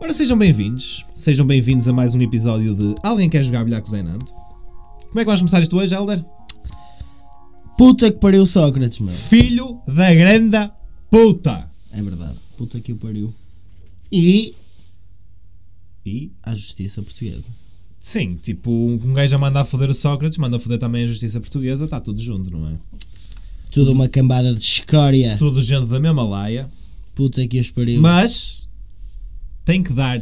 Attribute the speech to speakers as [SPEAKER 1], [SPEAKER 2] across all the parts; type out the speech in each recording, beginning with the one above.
[SPEAKER 1] Ora, sejam bem-vindos. Sejam bem-vindos a mais um episódio de Alguém Quer Jogar Bilhacos em Nantes. Como é que vais começar isto hoje, Helder?
[SPEAKER 2] Puta que pariu Sócrates, meu.
[SPEAKER 1] Filho da grande puta!
[SPEAKER 2] É verdade. Puta que o pariu. E
[SPEAKER 1] E?
[SPEAKER 2] à justiça portuguesa.
[SPEAKER 1] Sim, tipo, um gajo a manda a foder o Sócrates, manda a foder também a justiça portuguesa, está tudo junto, não é?
[SPEAKER 2] Tudo uma cambada de escória.
[SPEAKER 1] Tudo gente da mesma laia.
[SPEAKER 2] Puta que os pariu.
[SPEAKER 1] Mas tem que dar.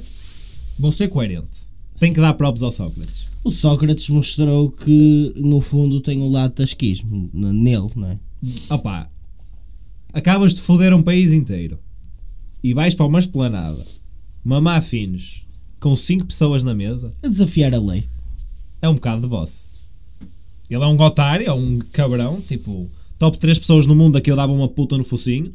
[SPEAKER 1] Vou ser coerente. Tem que dar props ao Sócrates.
[SPEAKER 2] O Sócrates mostrou que, no fundo, tem um lado tasquismo n- nele, não é?
[SPEAKER 1] Opá, acabas de foder um país inteiro e vais para uma esplanada, mamar finos, com cinco pessoas na mesa,
[SPEAKER 2] A desafiar a lei.
[SPEAKER 1] é um bocado de boss. Ele é um gotário, é um cabrão, tipo, top 3 pessoas no mundo a que eu dava uma puta no focinho,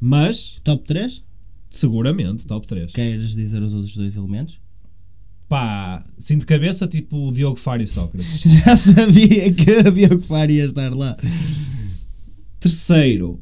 [SPEAKER 1] mas
[SPEAKER 2] Top 3?
[SPEAKER 1] seguramente top 3.
[SPEAKER 2] Queres dizer os outros dois elementos?
[SPEAKER 1] Pá, sim de cabeça, tipo o Diogo Faro e Sócrates.
[SPEAKER 2] Já sabia que o Diogo Faro ia estar lá.
[SPEAKER 1] Terceiro,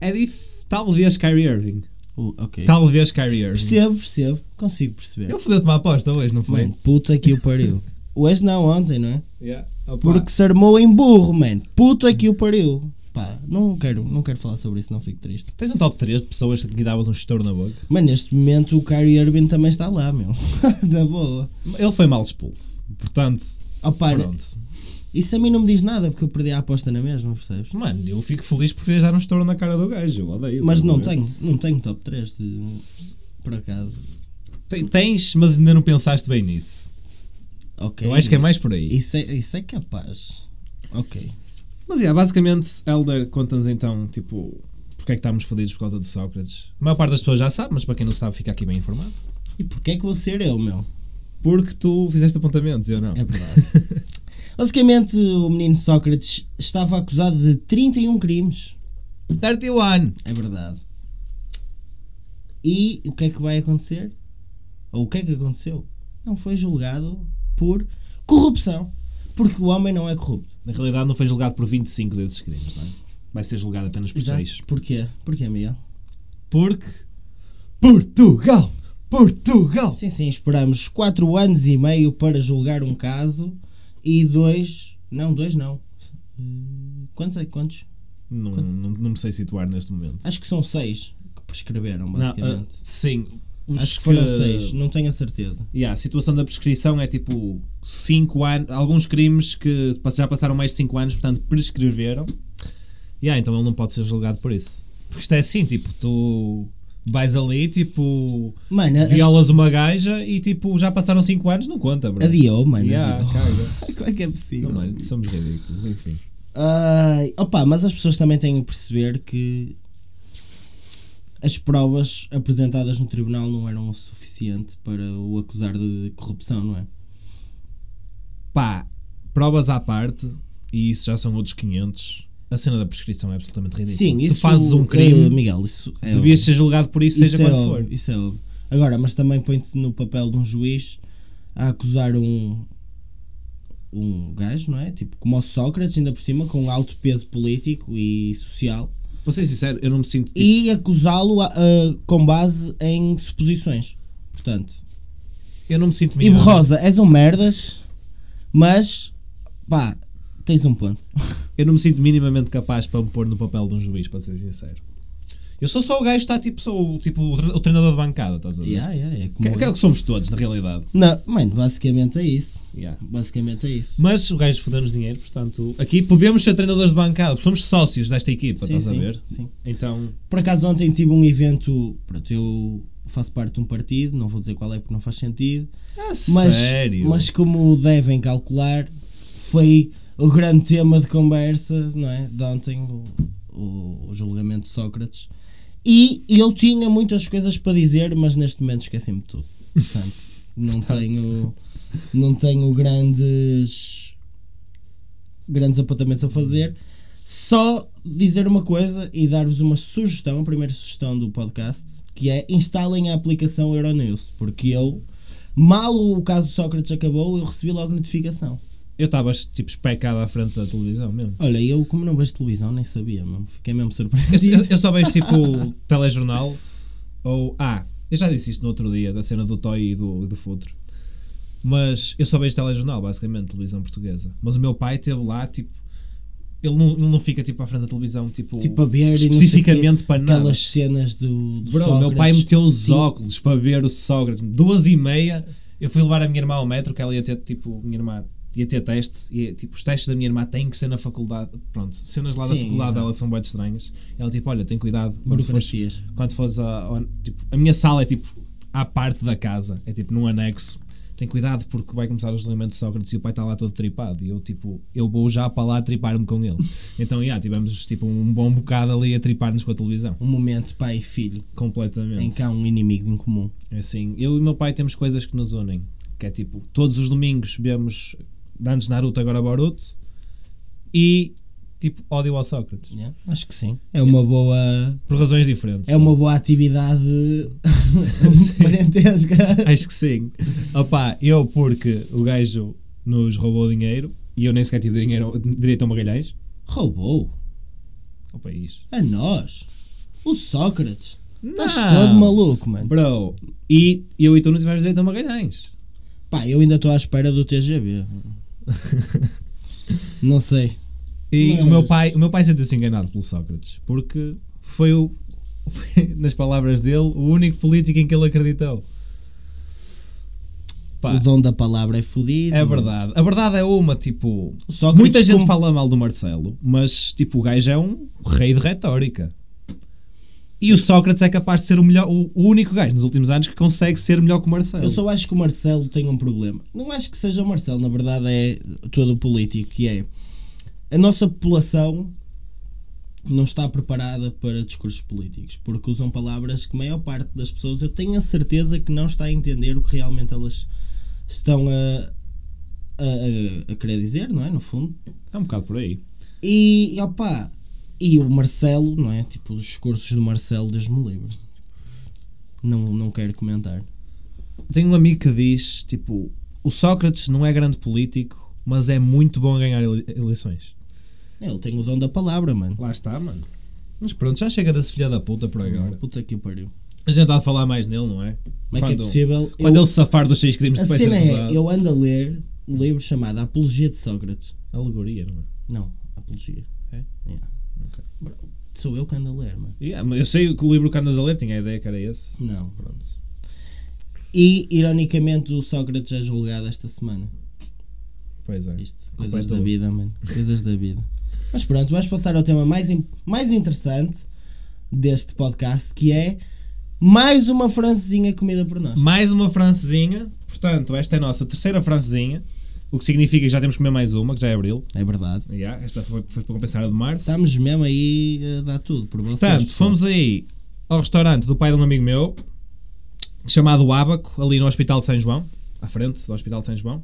[SPEAKER 1] é dif... talvez Kyrie Irving.
[SPEAKER 2] Uh, ok.
[SPEAKER 1] Talvez Kyrie Irving.
[SPEAKER 2] Percebo, percebo. Consigo perceber.
[SPEAKER 1] Eu fodeu-te uma aposta hoje, não foi?
[SPEAKER 2] Mano, puta que o pariu. Hoje não, ontem, não é?
[SPEAKER 1] Yeah. Opa.
[SPEAKER 2] Porque se armou em burro, mano. Puta que o pariu. Pá, não quero, não quero falar sobre isso, não fico triste.
[SPEAKER 1] Tens um top 3 de pessoas que lhe davas um estouro na boca?
[SPEAKER 2] Mas neste momento o Kyrie Irving também está lá, meu. da boa.
[SPEAKER 1] Ele foi mal expulso. Portanto,
[SPEAKER 2] Opa,
[SPEAKER 1] pronto.
[SPEAKER 2] isso a mim não me diz nada porque eu perdi a aposta na mesma, percebes?
[SPEAKER 1] Mano, eu fico feliz por queres dar um estouro na cara do gajo. Eu odeio.
[SPEAKER 2] Mas não
[SPEAKER 1] Estás a ver?
[SPEAKER 2] tenho, não tenho top 3 de. Por acaso.
[SPEAKER 1] Tem- Tens, mas ainda não pensaste bem nisso.
[SPEAKER 2] Ok.
[SPEAKER 1] Eu acho que é mais por aí.
[SPEAKER 2] Isso é, isso é capaz. Ok.
[SPEAKER 1] Mas, yeah, basicamente, Elder, conta-nos então, tipo, porque é que estamos fodidos por causa de Sócrates. A maior parte das pessoas já sabe, mas para quem não sabe, fica aqui bem informado.
[SPEAKER 2] E porquê é que vou ser eu, meu?
[SPEAKER 1] Porque tu fizeste apontamentos, eu não.
[SPEAKER 2] É verdade. Basicamente, o menino Sócrates estava acusado de 31 crimes.
[SPEAKER 1] 31!
[SPEAKER 2] É verdade. E o que é que vai acontecer? Ou o que é que aconteceu? Não foi julgado por corrupção. Porque o homem não é corrupto.
[SPEAKER 1] Na realidade, não foi julgado por 25 desses crimes, não é? Vai ser julgado apenas por
[SPEAKER 2] Exato.
[SPEAKER 1] 6.
[SPEAKER 2] Porquê? Porquê, Miguel?
[SPEAKER 1] Porque. Portugal! Portugal!
[SPEAKER 2] Sim, sim, esperamos 4 anos e meio para julgar um caso e dois. Não, dois não. Hum, Quantos é que quantos?
[SPEAKER 1] Não, não, não me sei situar neste momento.
[SPEAKER 2] Acho que são seis que prescreveram,
[SPEAKER 1] Não, ah,
[SPEAKER 2] basicamente.
[SPEAKER 1] sim. Os
[SPEAKER 2] Acho que foram seis, não tenho a certeza.
[SPEAKER 1] Yeah, a situação da prescrição é tipo 5 anos. Alguns crimes que pass- já passaram mais de 5 anos, portanto prescreveram. Yeah, então ele não pode ser julgado por isso. Porque isto é assim, tipo, tu vais ali, tipo,
[SPEAKER 2] Mano, a-
[SPEAKER 1] violas uma gaja e tipo, já passaram 5 anos, não conta, bro.
[SPEAKER 2] adiou, mano.
[SPEAKER 1] Yeah,
[SPEAKER 2] adiou.
[SPEAKER 1] caga.
[SPEAKER 2] Como é que é possível?
[SPEAKER 1] Não, mano, somos ridículos, enfim.
[SPEAKER 2] Ai, opa, mas as pessoas também têm que perceber que as provas apresentadas no tribunal não eram o suficiente para o acusar de corrupção, não é?
[SPEAKER 1] Pá, provas à parte, e isso já são outros 500. A cena da prescrição é absolutamente ridícula.
[SPEAKER 2] Sim, isso
[SPEAKER 1] tu fazes um
[SPEAKER 2] eh,
[SPEAKER 1] crime,
[SPEAKER 2] Miguel, isso é
[SPEAKER 1] devias
[SPEAKER 2] óbvio.
[SPEAKER 1] ser julgado por isso,
[SPEAKER 2] Isso
[SPEAKER 1] seja
[SPEAKER 2] é
[SPEAKER 1] quando
[SPEAKER 2] óbvio,
[SPEAKER 1] for.
[SPEAKER 2] Isso é óbvio. Agora, mas também põe-te no papel de um juiz a acusar um um gajo, não é? Tipo, como o Sócrates, ainda por cima, com um alto peso político e social,
[SPEAKER 1] Vou ser sincero, eu não me sinto. Tipo,
[SPEAKER 2] e acusá-lo a- a- com base em suposições. Portanto,
[SPEAKER 1] eu não me sinto
[SPEAKER 2] E
[SPEAKER 1] melhor.
[SPEAKER 2] Rosa, és um merdas, mas pá, tens um ponto.
[SPEAKER 1] Eu não me sinto minimamente capaz para me pôr no papel de um juiz, para ser sincero. Eu sou só o gajo que está tipo, sou o- tipo, o tre- o treinador de bancada, estás a ver?
[SPEAKER 2] Yeah, yeah, é
[SPEAKER 1] Que,
[SPEAKER 2] como
[SPEAKER 1] que é o que somos todos, na realidade.
[SPEAKER 2] Não, mano, basicamente é isso.
[SPEAKER 1] Yeah.
[SPEAKER 2] Basicamente é isso.
[SPEAKER 1] Mas o gajo fodeu-nos dinheiro, portanto, aqui podemos ser treinadores de bancada, somos sócios desta equipa,
[SPEAKER 2] Sim,
[SPEAKER 1] estás a
[SPEAKER 2] sim,
[SPEAKER 1] ver?
[SPEAKER 2] sim.
[SPEAKER 1] Então,
[SPEAKER 2] Por acaso ontem tive um evento, pronto, eu faço parte de um partido, não vou dizer qual é porque não faz sentido,
[SPEAKER 1] ah,
[SPEAKER 2] mas,
[SPEAKER 1] sério.
[SPEAKER 2] mas como devem calcular, foi o grande tema de conversa, não é? De ontem, o, o- o julgamento de Sócrates. E eu tinha muitas coisas para dizer, mas neste momento esqueci-me de tudo. Portanto, não tenho não tenho grandes grandes apontamentos a fazer. Só dizer uma coisa e dar-vos uma sugestão, a primeira sugestão do podcast, que é instalem a aplicação Euronews, porque eu mal o caso de Sócrates acabou, eu recebi logo notificação.
[SPEAKER 1] Eu estava tipo especado à frente da televisão mesmo.
[SPEAKER 2] Olha, eu como não vejo televisão nem sabia, mano. fiquei mesmo
[SPEAKER 1] Eu, eu-
[SPEAKER 2] surpreendido.
[SPEAKER 1] eu só vejo tipo telejornal ou ah, Eu já disse isto no outro dia, da cena do Toy e do, e do Futuro. Mas eu só vejo telejornal, basicamente, televisão portuguesa. Mas o meu pai teve lá, tipo. Ele não, ele não fica tipo à frente da televisão, tipo.
[SPEAKER 2] Tipo a ver e não sei
[SPEAKER 1] especificamente para nada.
[SPEAKER 2] Aquelas cenas do, do
[SPEAKER 1] Bro,
[SPEAKER 2] Sócrates. tipo,
[SPEAKER 1] meu pai meteu os
[SPEAKER 2] Sim.
[SPEAKER 1] óculos para ver o Sócrates. Duas e meia, eu fui levar a minha irmã ao metro, que ela ia ter, tipo, minha irmã ia ter teste, e tipo, os testes da minha irmã têm que ser na faculdade. Pronto, cenas lá da
[SPEAKER 2] Sim,
[SPEAKER 1] faculdade
[SPEAKER 2] exato.
[SPEAKER 1] dela são bem estranhas. Ela, tipo, olha, tem cuidado quando fores,
[SPEAKER 2] Burocracias.
[SPEAKER 1] quando fores a, ao- tipo, a minha sala é, tipo, à parte da casa, é, tipo, num anexo. Tem cuidado porque vai começar os julgamento de Sócrates e o pai está lá todo tripado. E eu, tipo, eu vou já para lá tripar-me com ele. Então, já, tivemos, tipo, um bom bocado ali a tripar-nos com a televisão.
[SPEAKER 2] Um momento pai e filho
[SPEAKER 1] Completamente.
[SPEAKER 2] em que há um inimigo em comum.
[SPEAKER 1] É Assim, eu e meu pai temos coisas que nos unem. Que é tipo, todos os domingos vemos antes Naruto, agora Boruto. E tipo, ódio ao Sócrates.
[SPEAKER 2] né? Acho que sim. É uma boa.
[SPEAKER 1] Por razões diferentes.
[SPEAKER 2] É uma boa atividade parentesca.
[SPEAKER 1] Acho que sim. Opá, eu porque o gajo nos roubou dinheiro e eu nem sequer tive dinheiro, direito a Magalhães. é
[SPEAKER 2] Roubou.
[SPEAKER 1] Ao país.
[SPEAKER 2] A nós. O Sócrates. Estás
[SPEAKER 1] Não.
[SPEAKER 2] todo maluco, mano.
[SPEAKER 1] Bro, e eu e tu não tivemos direito a Magalhães.
[SPEAKER 2] Pá, eu ainda estou à espera do TGV. Não sei.
[SPEAKER 1] E
[SPEAKER 2] Mas-
[SPEAKER 1] o meu pai, o meu pai sentiu-se enganado pelo Sócrates, porque foi o foi, nas palavras dele, o único político em que ele acreditou. Pá,
[SPEAKER 2] O dom da palavra é fodido.
[SPEAKER 1] é
[SPEAKER 2] mano.
[SPEAKER 1] verdade. A verdade é uma, tipo,
[SPEAKER 2] O Sócrates
[SPEAKER 1] muita gente
[SPEAKER 2] com-
[SPEAKER 1] fala mal do Marcelo, mas tipo, o gajo é um rei de retórica. E o Sócrates é capaz de ser o melhor, o o único gajo nos últimos anos que consegue ser melhor que o Marcelo.
[SPEAKER 2] Eu só acho que o Marcelo tem um problema. Não acho que seja o Marcelo, na verdade é todo o político, que é a nossa população não está preparada para discursos políticos, porque usam palavras que a maior parte das pessoas eu tenho a certeza que não está a entender o que realmente elas estão a, a, a- a querer dizer, não é? No fundo.
[SPEAKER 1] É um bocado por aí.
[SPEAKER 2] E e, opá, e o Marcelo, não é? Tipo, os discursos do Marcelo desde-me livre. Não, não quero comentar.
[SPEAKER 1] Tenho um amigo que diz, tipo, o Sócrates não é grande político, mas é muito bom a ganhar ele- eleições.
[SPEAKER 2] Ele tem o dom da palavra, mano.
[SPEAKER 1] Lá está, mano. Mas pronto, já chega desse filha da puta por agora.
[SPEAKER 2] Puta que o pariu.
[SPEAKER 1] A gente está a falar mais nele, não é?
[SPEAKER 2] Como é que é
[SPEAKER 1] Quando-
[SPEAKER 2] possível?
[SPEAKER 1] Quando
[SPEAKER 2] eu,
[SPEAKER 1] ele se safar dos seis crimes,
[SPEAKER 2] a
[SPEAKER 1] depois ser
[SPEAKER 2] cena
[SPEAKER 1] acusado.
[SPEAKER 2] é, eu ando a ler um livro chamado Apologia de Sócrates.
[SPEAKER 1] Alegoria, não é?
[SPEAKER 2] Não, Apologia.
[SPEAKER 1] É?
[SPEAKER 2] Yeah.
[SPEAKER 1] Ok.
[SPEAKER 2] Bro, Sou eu que ando a ler, mano.
[SPEAKER 1] Yeah, mas eu sei que o livro que andas a ler, tinha a ideia que era esse.
[SPEAKER 2] Não, pronto. E, ironicamente, o Sócrates é julgado esta semana.
[SPEAKER 1] Pois é.
[SPEAKER 2] Isto,
[SPEAKER 1] Culpa
[SPEAKER 2] coisas
[SPEAKER 1] é
[SPEAKER 2] da
[SPEAKER 1] tua.
[SPEAKER 2] vida, mano. Coisas da vida. Mas pronto, vamos passar ao tema mais, im- mais interessante deste podcast, que é mais uma francesinha comida por nós.
[SPEAKER 1] Mais uma francesinha. Portanto, esta é a nossa terceira francesinha. O que significa que já temos que comer mais uma, que já é abril.
[SPEAKER 2] É verdade.
[SPEAKER 1] Yeah, esta foi, foi para compensar a de março.
[SPEAKER 2] Estamos mesmo aí a dar tudo por vocês.
[SPEAKER 1] Portanto,
[SPEAKER 2] pessoal.
[SPEAKER 1] fomos aí ao restaurante do pai de um amigo meu, chamado Abaco, ali no Hospital de São João, à frente do Hospital de São João.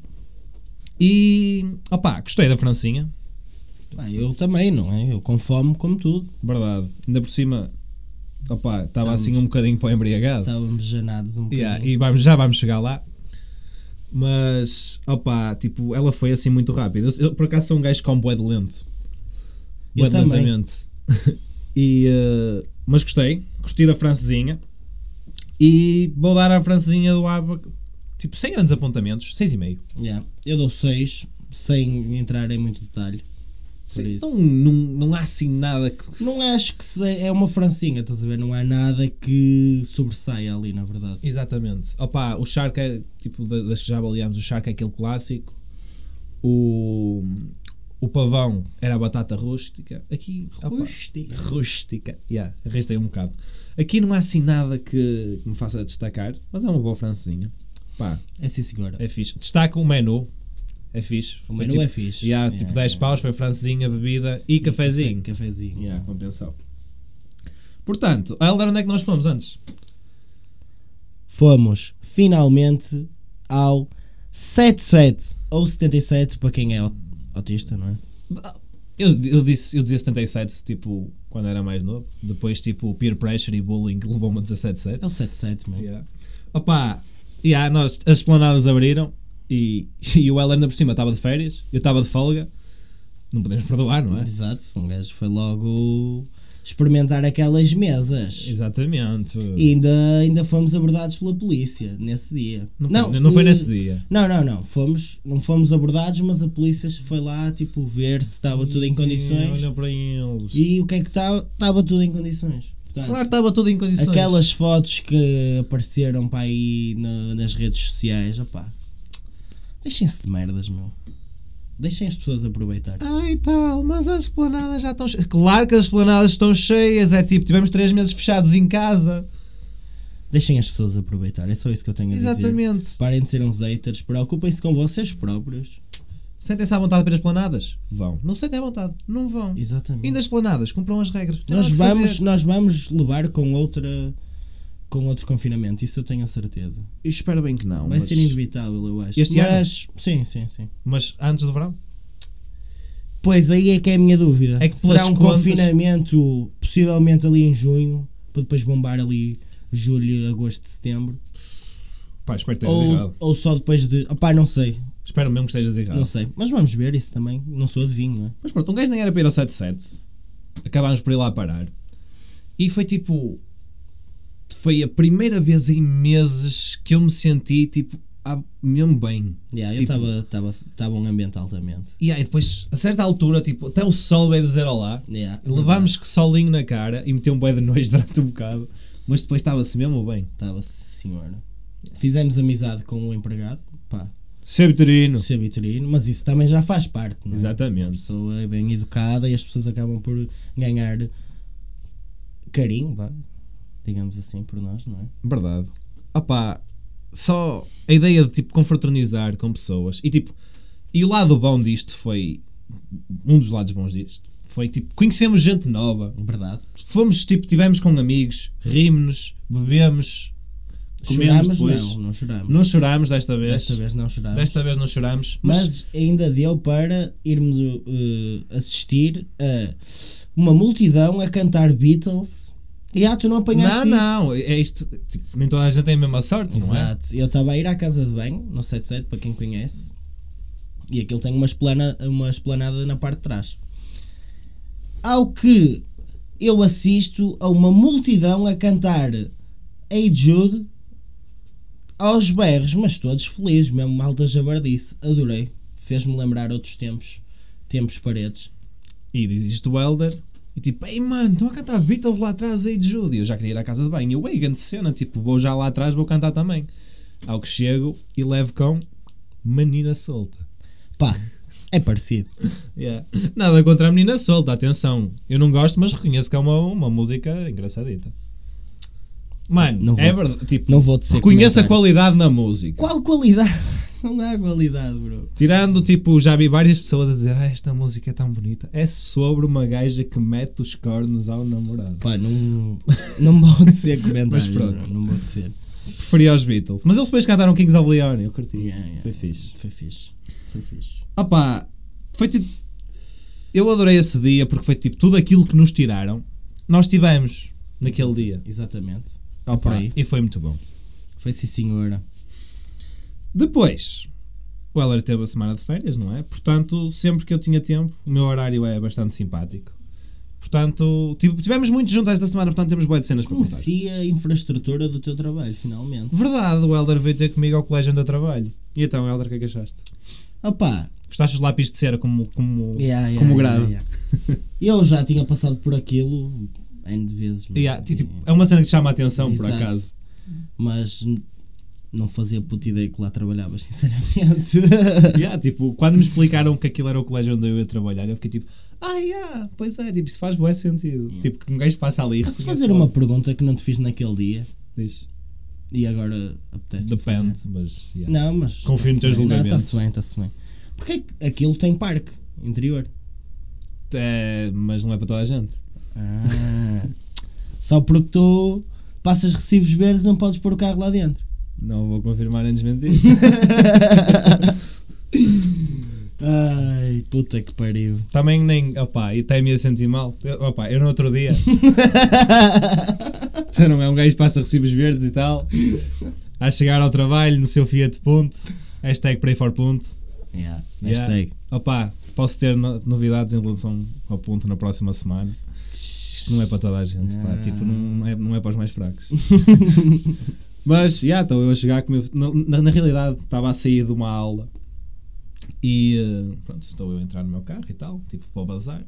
[SPEAKER 1] E, opá, gostei da francinha,
[SPEAKER 2] Pá, eu também, não é? Eu com fome como tudo.
[SPEAKER 1] verdade. Ainda por cima, opá, estava
[SPEAKER 2] Estamos-
[SPEAKER 1] assim um bocadinho para o embriagado.
[SPEAKER 2] Estávamos janados um bocadinho.
[SPEAKER 1] Yeah, e vamos, já vamos chegar lá. Mas, opá, tipo, ela foi assim muito rápida. Eu, eu, por acaso sou um gajo com bué de lento. Bué
[SPEAKER 2] Eu
[SPEAKER 1] de
[SPEAKER 2] também.
[SPEAKER 1] lentamente. e, eh, mas gostei. Gostei da francesinha. E vou dar à francesinha do Aba, tipo, sem grandes apontamentos, 6,5.
[SPEAKER 2] Yeah. Eu dou 6, sem entrar em muito detalhe. Por isso.
[SPEAKER 1] Não, não, não há assim nada que...
[SPEAKER 2] Não acho que se, é uma francinha, estás a ver? Não há nada que sobressaia ali, na verdade.
[SPEAKER 1] Exatamente. Opá, o Shark é, tipo, da- das que já avaliámos, o Shark é aquele clássico. O, o pavão era a batata rústica. Aqui, opá,
[SPEAKER 2] Rústica.
[SPEAKER 1] Rústica. Yeah, arrastei um bocado. Aqui não há assim nada que, que me faça destacar, mas é uma boa francesinha. Pá,
[SPEAKER 2] É sim, senhora.
[SPEAKER 1] é fixe. Destaco o menu. É fixe.
[SPEAKER 2] O menu é fixe.
[SPEAKER 1] Já,
[SPEAKER 2] Yeah,
[SPEAKER 1] tipo 10
[SPEAKER 2] yeah.
[SPEAKER 1] paus, foi francesinha, bebida e, cafezinho.
[SPEAKER 2] Café, cafezinho.
[SPEAKER 1] Yeah, compensou. Portanto, a Helder, onde é que nós fomos antes?
[SPEAKER 2] Fomos finalmente ao 77 ou 77 para quem é au- autista, não é?
[SPEAKER 1] Eu, eu, disse, eu dizia 77, tipo, quando era mais novo. Depois, tipo, peer pressure e bullying levou-me a 17,7.
[SPEAKER 2] É o 77, meu.
[SPEAKER 1] Yeah. Opa, yeah, nós, as esplanadas abriram e, e o Ellen ainda por cima estava de férias, eu estava de folga. Não podemos perdoar, não é?
[SPEAKER 2] Exato, um gajo foi logo experimentar aquelas mesas.
[SPEAKER 1] Exatamente.
[SPEAKER 2] E ainda, ainda fomos abordados pela polícia nesse dia.
[SPEAKER 1] Não, foi, não foi
[SPEAKER 2] o-
[SPEAKER 1] nesse dia.
[SPEAKER 2] Não, não, não. Fomos, não fomos abordados, mas a polícia foi lá tipo ver se estava tudo em condições.
[SPEAKER 1] Olha para eles.
[SPEAKER 2] E o que é que estava? Estava tudo em condições. Portanto,
[SPEAKER 1] Claro que estava tudo em condições.
[SPEAKER 2] Aquelas fotos que apareceram para aí na- nas redes sociais, opá. Deixem-se de merdas, meu. Deixem as pessoas aproveitar.
[SPEAKER 1] Ai tal, mas as esplanadas já estão cheias. Claro que as esplanadas estão cheias. É tipo, tivemos três meses fechados em casa.
[SPEAKER 2] Deixem as pessoas aproveitar. É só isso que eu tenho a dizer.
[SPEAKER 1] Exatamente.
[SPEAKER 2] Parem de ser uns haters, preocupem-se com vocês próprios.
[SPEAKER 1] Sentem-se à vontade para as planadas? Vão. Não sentem à vontade? Não vão.
[SPEAKER 2] Exatamente.
[SPEAKER 1] Ainda as planadas, cumpram as regras. Tem
[SPEAKER 2] nós,
[SPEAKER 1] nada que
[SPEAKER 2] vamos,
[SPEAKER 1] saber.
[SPEAKER 2] nós vamos levar com outra com outro confinamento, isso eu tenho a certeza.
[SPEAKER 1] Eu Espero bem que não.
[SPEAKER 2] Vai
[SPEAKER 1] mas-
[SPEAKER 2] ser inevitável, eu acho.
[SPEAKER 1] Este
[SPEAKER 2] Mas, sim, sim, sim.
[SPEAKER 1] Mas antes do verão?
[SPEAKER 2] Pois aí é que é a minha dúvida.
[SPEAKER 1] É que
[SPEAKER 2] Será
[SPEAKER 1] pelas
[SPEAKER 2] um
[SPEAKER 1] contas-
[SPEAKER 2] confinamento possivelmente ali em junho, para depois bombar ali julho, agosto, setembro.
[SPEAKER 1] Pá, espero que estejas
[SPEAKER 2] Ou,
[SPEAKER 1] errado.
[SPEAKER 2] ou só depois de. Opá, não sei.
[SPEAKER 1] Espero mesmo que estejas errado.
[SPEAKER 2] Não sei. Mas vamos ver isso também. Não sou adivinho, não é?
[SPEAKER 1] Mas pronto, um gajo nem era para ir ao 77. Acabámos por ir lá parar. E foi tipo. Foi a primeira vez em meses que eu me senti tipo. ah, mesmo bem.
[SPEAKER 2] Yeah,
[SPEAKER 1] Tipo-
[SPEAKER 2] Eu estava tava um ambiente altamente.
[SPEAKER 1] E aí depois, a certa altura, tipo, até o sol veio dizer olá.
[SPEAKER 2] Yeah,
[SPEAKER 1] Levámos que solinho na cara e meteu um bué de nojo durante um bocado. Mas depois estava-se mesmo bem.
[SPEAKER 2] Estava senhora. Fizemos amizade com o empregado, pá,
[SPEAKER 1] Seu
[SPEAKER 2] o
[SPEAKER 1] Vitorino.
[SPEAKER 2] seu Vitorino, mas isso também já faz parte, não é? A
[SPEAKER 1] Exatamente.
[SPEAKER 2] pessoa é bem educada e as pessoas acabam por ganhar carinho, vá, digamos assim, por nós, não é?
[SPEAKER 1] Verdade. Opá, só a ideia de tipo confraternizar com pessoas e tipo, e o lado bom disto foi um dos lados bons disto. Foi tipo, conhecemos gente nova,
[SPEAKER 2] Verdade.
[SPEAKER 1] fomos tipo, tivemos com amigos, rimos, bebemos, comemos
[SPEAKER 2] Chorámos?
[SPEAKER 1] depois.
[SPEAKER 2] Não,
[SPEAKER 1] Não.
[SPEAKER 2] não chorámos.
[SPEAKER 1] chorámos desta vez.
[SPEAKER 2] Desta vez não chorámos.
[SPEAKER 1] Desta vez não chorámos.
[SPEAKER 2] Mas ainda deu para irmos uh, assistir a uma multidão a cantar Beatles. E ah, tu não
[SPEAKER 1] não,
[SPEAKER 2] apanhaste isso?
[SPEAKER 1] não, é isto, tipo, nem toda a gente tem a mesma sorte, não é?
[SPEAKER 2] Exato. Eu estava a ir à casa de banho, no 77, para quem conhece, e aquilo tem uma, esplana, uma esplanada na parte de trás. Ao que eu assisto a uma multidão a cantar Hey Jude aos berros, mas todos felizes, mesmo malta jabardice. Adorei. Fez-me lembrar outros tempos, tempos paredes.
[SPEAKER 1] E diz isto o Elder. E tipo, ei mano, estão a cantar Beatles lá atrás, ei Judy. Eu já queria ir à casa de banho. E eu, ei, grande cena, tipo, vou já lá atrás, vou cantar também. Ao que chego e levo com Menina Solta.
[SPEAKER 2] Pá, é parecido.
[SPEAKER 1] Yeah. Nada contra a Menina Solta, atenção. Eu não gosto, mas reconheço que é uma, uma música engraçadita. Mano,
[SPEAKER 2] Não vou-
[SPEAKER 1] é verdade. Tipo,
[SPEAKER 2] Não vou dizer
[SPEAKER 1] reconheço a
[SPEAKER 2] comentários.
[SPEAKER 1] qualidade na música.
[SPEAKER 2] Qual qualidade? Não há qualidade, bro.
[SPEAKER 1] Tirando, tipo, já vi várias pessoas a dizer, ah, esta música é tão bonita. É sobre uma gaja que mete os cornos ao namorado.
[SPEAKER 2] Pá, não, não pode ser comentário.
[SPEAKER 1] Mas pronto.
[SPEAKER 2] Não, não pode ser.
[SPEAKER 1] preferia aos Beatles. Mas eles depois cantaram Kings of Leon, eu curti.
[SPEAKER 2] Yeah, yeah.
[SPEAKER 1] é, Foi fixe.
[SPEAKER 2] Foi fixe. Foi fixe.
[SPEAKER 1] Opá, foi tipo. Eu adorei esse dia porque foi tipo tudo aquilo que nos tiraram, nós tivemos naquele dia.
[SPEAKER 2] Exatamente.
[SPEAKER 1] Opá,
[SPEAKER 2] É por aí.
[SPEAKER 1] e foi muito bom.
[SPEAKER 2] Foi sim, senhora.
[SPEAKER 1] Depois, o Heller teve a semana de férias, não é? Portanto, sempre que eu tinha tempo, o meu horário é bastante simpático. Portanto, tive- tivemos muito juntos esta semana, portanto temos boas cenas para contar.
[SPEAKER 2] Conheci a infraestrutura do teu trabalho, finalmente.
[SPEAKER 1] Verdade, o Helder veio ter comigo ao colégio onde eu trabalho. E então, Helder, o que é que achaste?
[SPEAKER 2] Opá.
[SPEAKER 1] Gostaste dos lápis de cera como, como,
[SPEAKER 2] Yeah, yeah,
[SPEAKER 1] como
[SPEAKER 2] yeah,
[SPEAKER 1] grave?
[SPEAKER 2] yeah. Eu já tinha passado por aquilo N de vezes. mas-
[SPEAKER 1] Yeah, ti- tipo, é uma cena que chama a atenção, por
[SPEAKER 2] Exato.
[SPEAKER 1] acaso.
[SPEAKER 2] Mas n- não fazia puta ideia que lá trabalhavas, sinceramente.
[SPEAKER 1] Yeah, tipo, quando me explicaram que aquilo era o colégio onde eu ia trabalhar, eu fiquei tipo, ah, yeah, pois é, tipo, isso faz bom sentido. Tipo, que um gajo passa ali e
[SPEAKER 2] Posso
[SPEAKER 1] reconhece
[SPEAKER 2] fazer uma
[SPEAKER 1] logo.
[SPEAKER 2] pergunta que não te fiz naquele dia
[SPEAKER 1] Diz,
[SPEAKER 2] e agora apetece
[SPEAKER 1] Depende, mas. yeah.
[SPEAKER 2] Não, mas.
[SPEAKER 1] Confio no
[SPEAKER 2] tá-se
[SPEAKER 1] teu
[SPEAKER 2] bem.
[SPEAKER 1] julgamento.
[SPEAKER 2] Não, está-se bem, está-se bem. Porque é que aquilo tem parque interior.
[SPEAKER 1] É, mas não é para toda a gente.
[SPEAKER 2] Ah. Só porque tu passas recibos verdes não podes pôr o carro lá dentro.
[SPEAKER 1] Não vou confirmar nem desmentir.
[SPEAKER 2] Ai, puta que pariu.
[SPEAKER 1] Também nem. Opá, e até me ia sentir mal. Eu, opá, eu no outro dia. tu não é um gajo que passa recibos verdes e tal. A chegar ao trabalho no seu Fiat Ponto. Hashtag pray for Ponto.
[SPEAKER 2] Yeah,
[SPEAKER 1] Yeah.
[SPEAKER 2] hashtag.
[SPEAKER 1] Opa, posso ter no- novidades em relação ao ponto na próxima semana. Isto não é para toda a gente, pá.
[SPEAKER 2] Ah.
[SPEAKER 1] Tipo, não é, não é para os mais fracos. Mas, já, estou eu a chegar com o meu... Na, na- na realidade, estava a sair de uma aula e, eh, pronto, estou eu a entrar no meu carro e tal, tipo, para o bazar.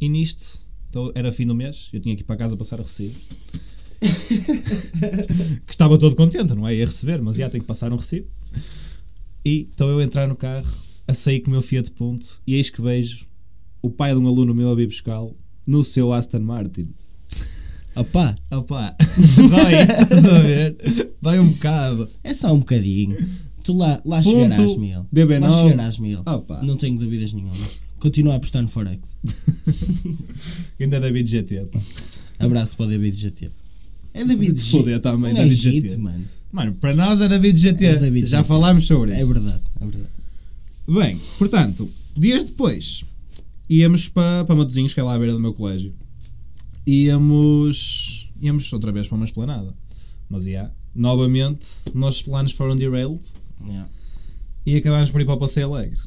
[SPEAKER 1] E nisto, estou- era fim do mês, eu tinha que ir para casa passar o recibo. que estava todo contente, não é? Ia receber, mas, já, tenho que passar um recibo. E estou eu a entrar no carro, a sair com o meu Fiat Punto e eis que vejo o pai de um aluno meu a vir buscá-lo no seu Aston Martin.
[SPEAKER 2] Opa,
[SPEAKER 1] Opa, dói, estás a ver? Dói um bocado.
[SPEAKER 2] é só um bocadinho. Tu lá, lá
[SPEAKER 1] Ponto
[SPEAKER 2] chegarás, Miguel. Lá
[SPEAKER 1] DB9.
[SPEAKER 2] chegarás, Miguel.
[SPEAKER 1] Opa.
[SPEAKER 2] Não tenho dúvidas nenhuma. Continua a apostar no Forex.
[SPEAKER 1] Ainda é David GT, pá.
[SPEAKER 2] Abraço para o David GT. É David
[SPEAKER 1] De se foder também,
[SPEAKER 2] Não é
[SPEAKER 1] David
[SPEAKER 2] Git,
[SPEAKER 1] GT.
[SPEAKER 2] mano.
[SPEAKER 1] Mano, para nós é David GT.
[SPEAKER 2] É David
[SPEAKER 1] Já
[SPEAKER 2] GT.
[SPEAKER 1] falámos sobre
[SPEAKER 2] É
[SPEAKER 1] isso.
[SPEAKER 2] verdade, é verdade.
[SPEAKER 1] Bem, portanto, dias depois íamos para, para Matozinhos, que é lá à beira do meu colégio. Íamos, íamos outra vez para uma esplanada. Mas, ia, novamente, nossos planos foram derailed.
[SPEAKER 2] Yeah.
[SPEAKER 1] e acabámos por ir para o Passeio Alegre.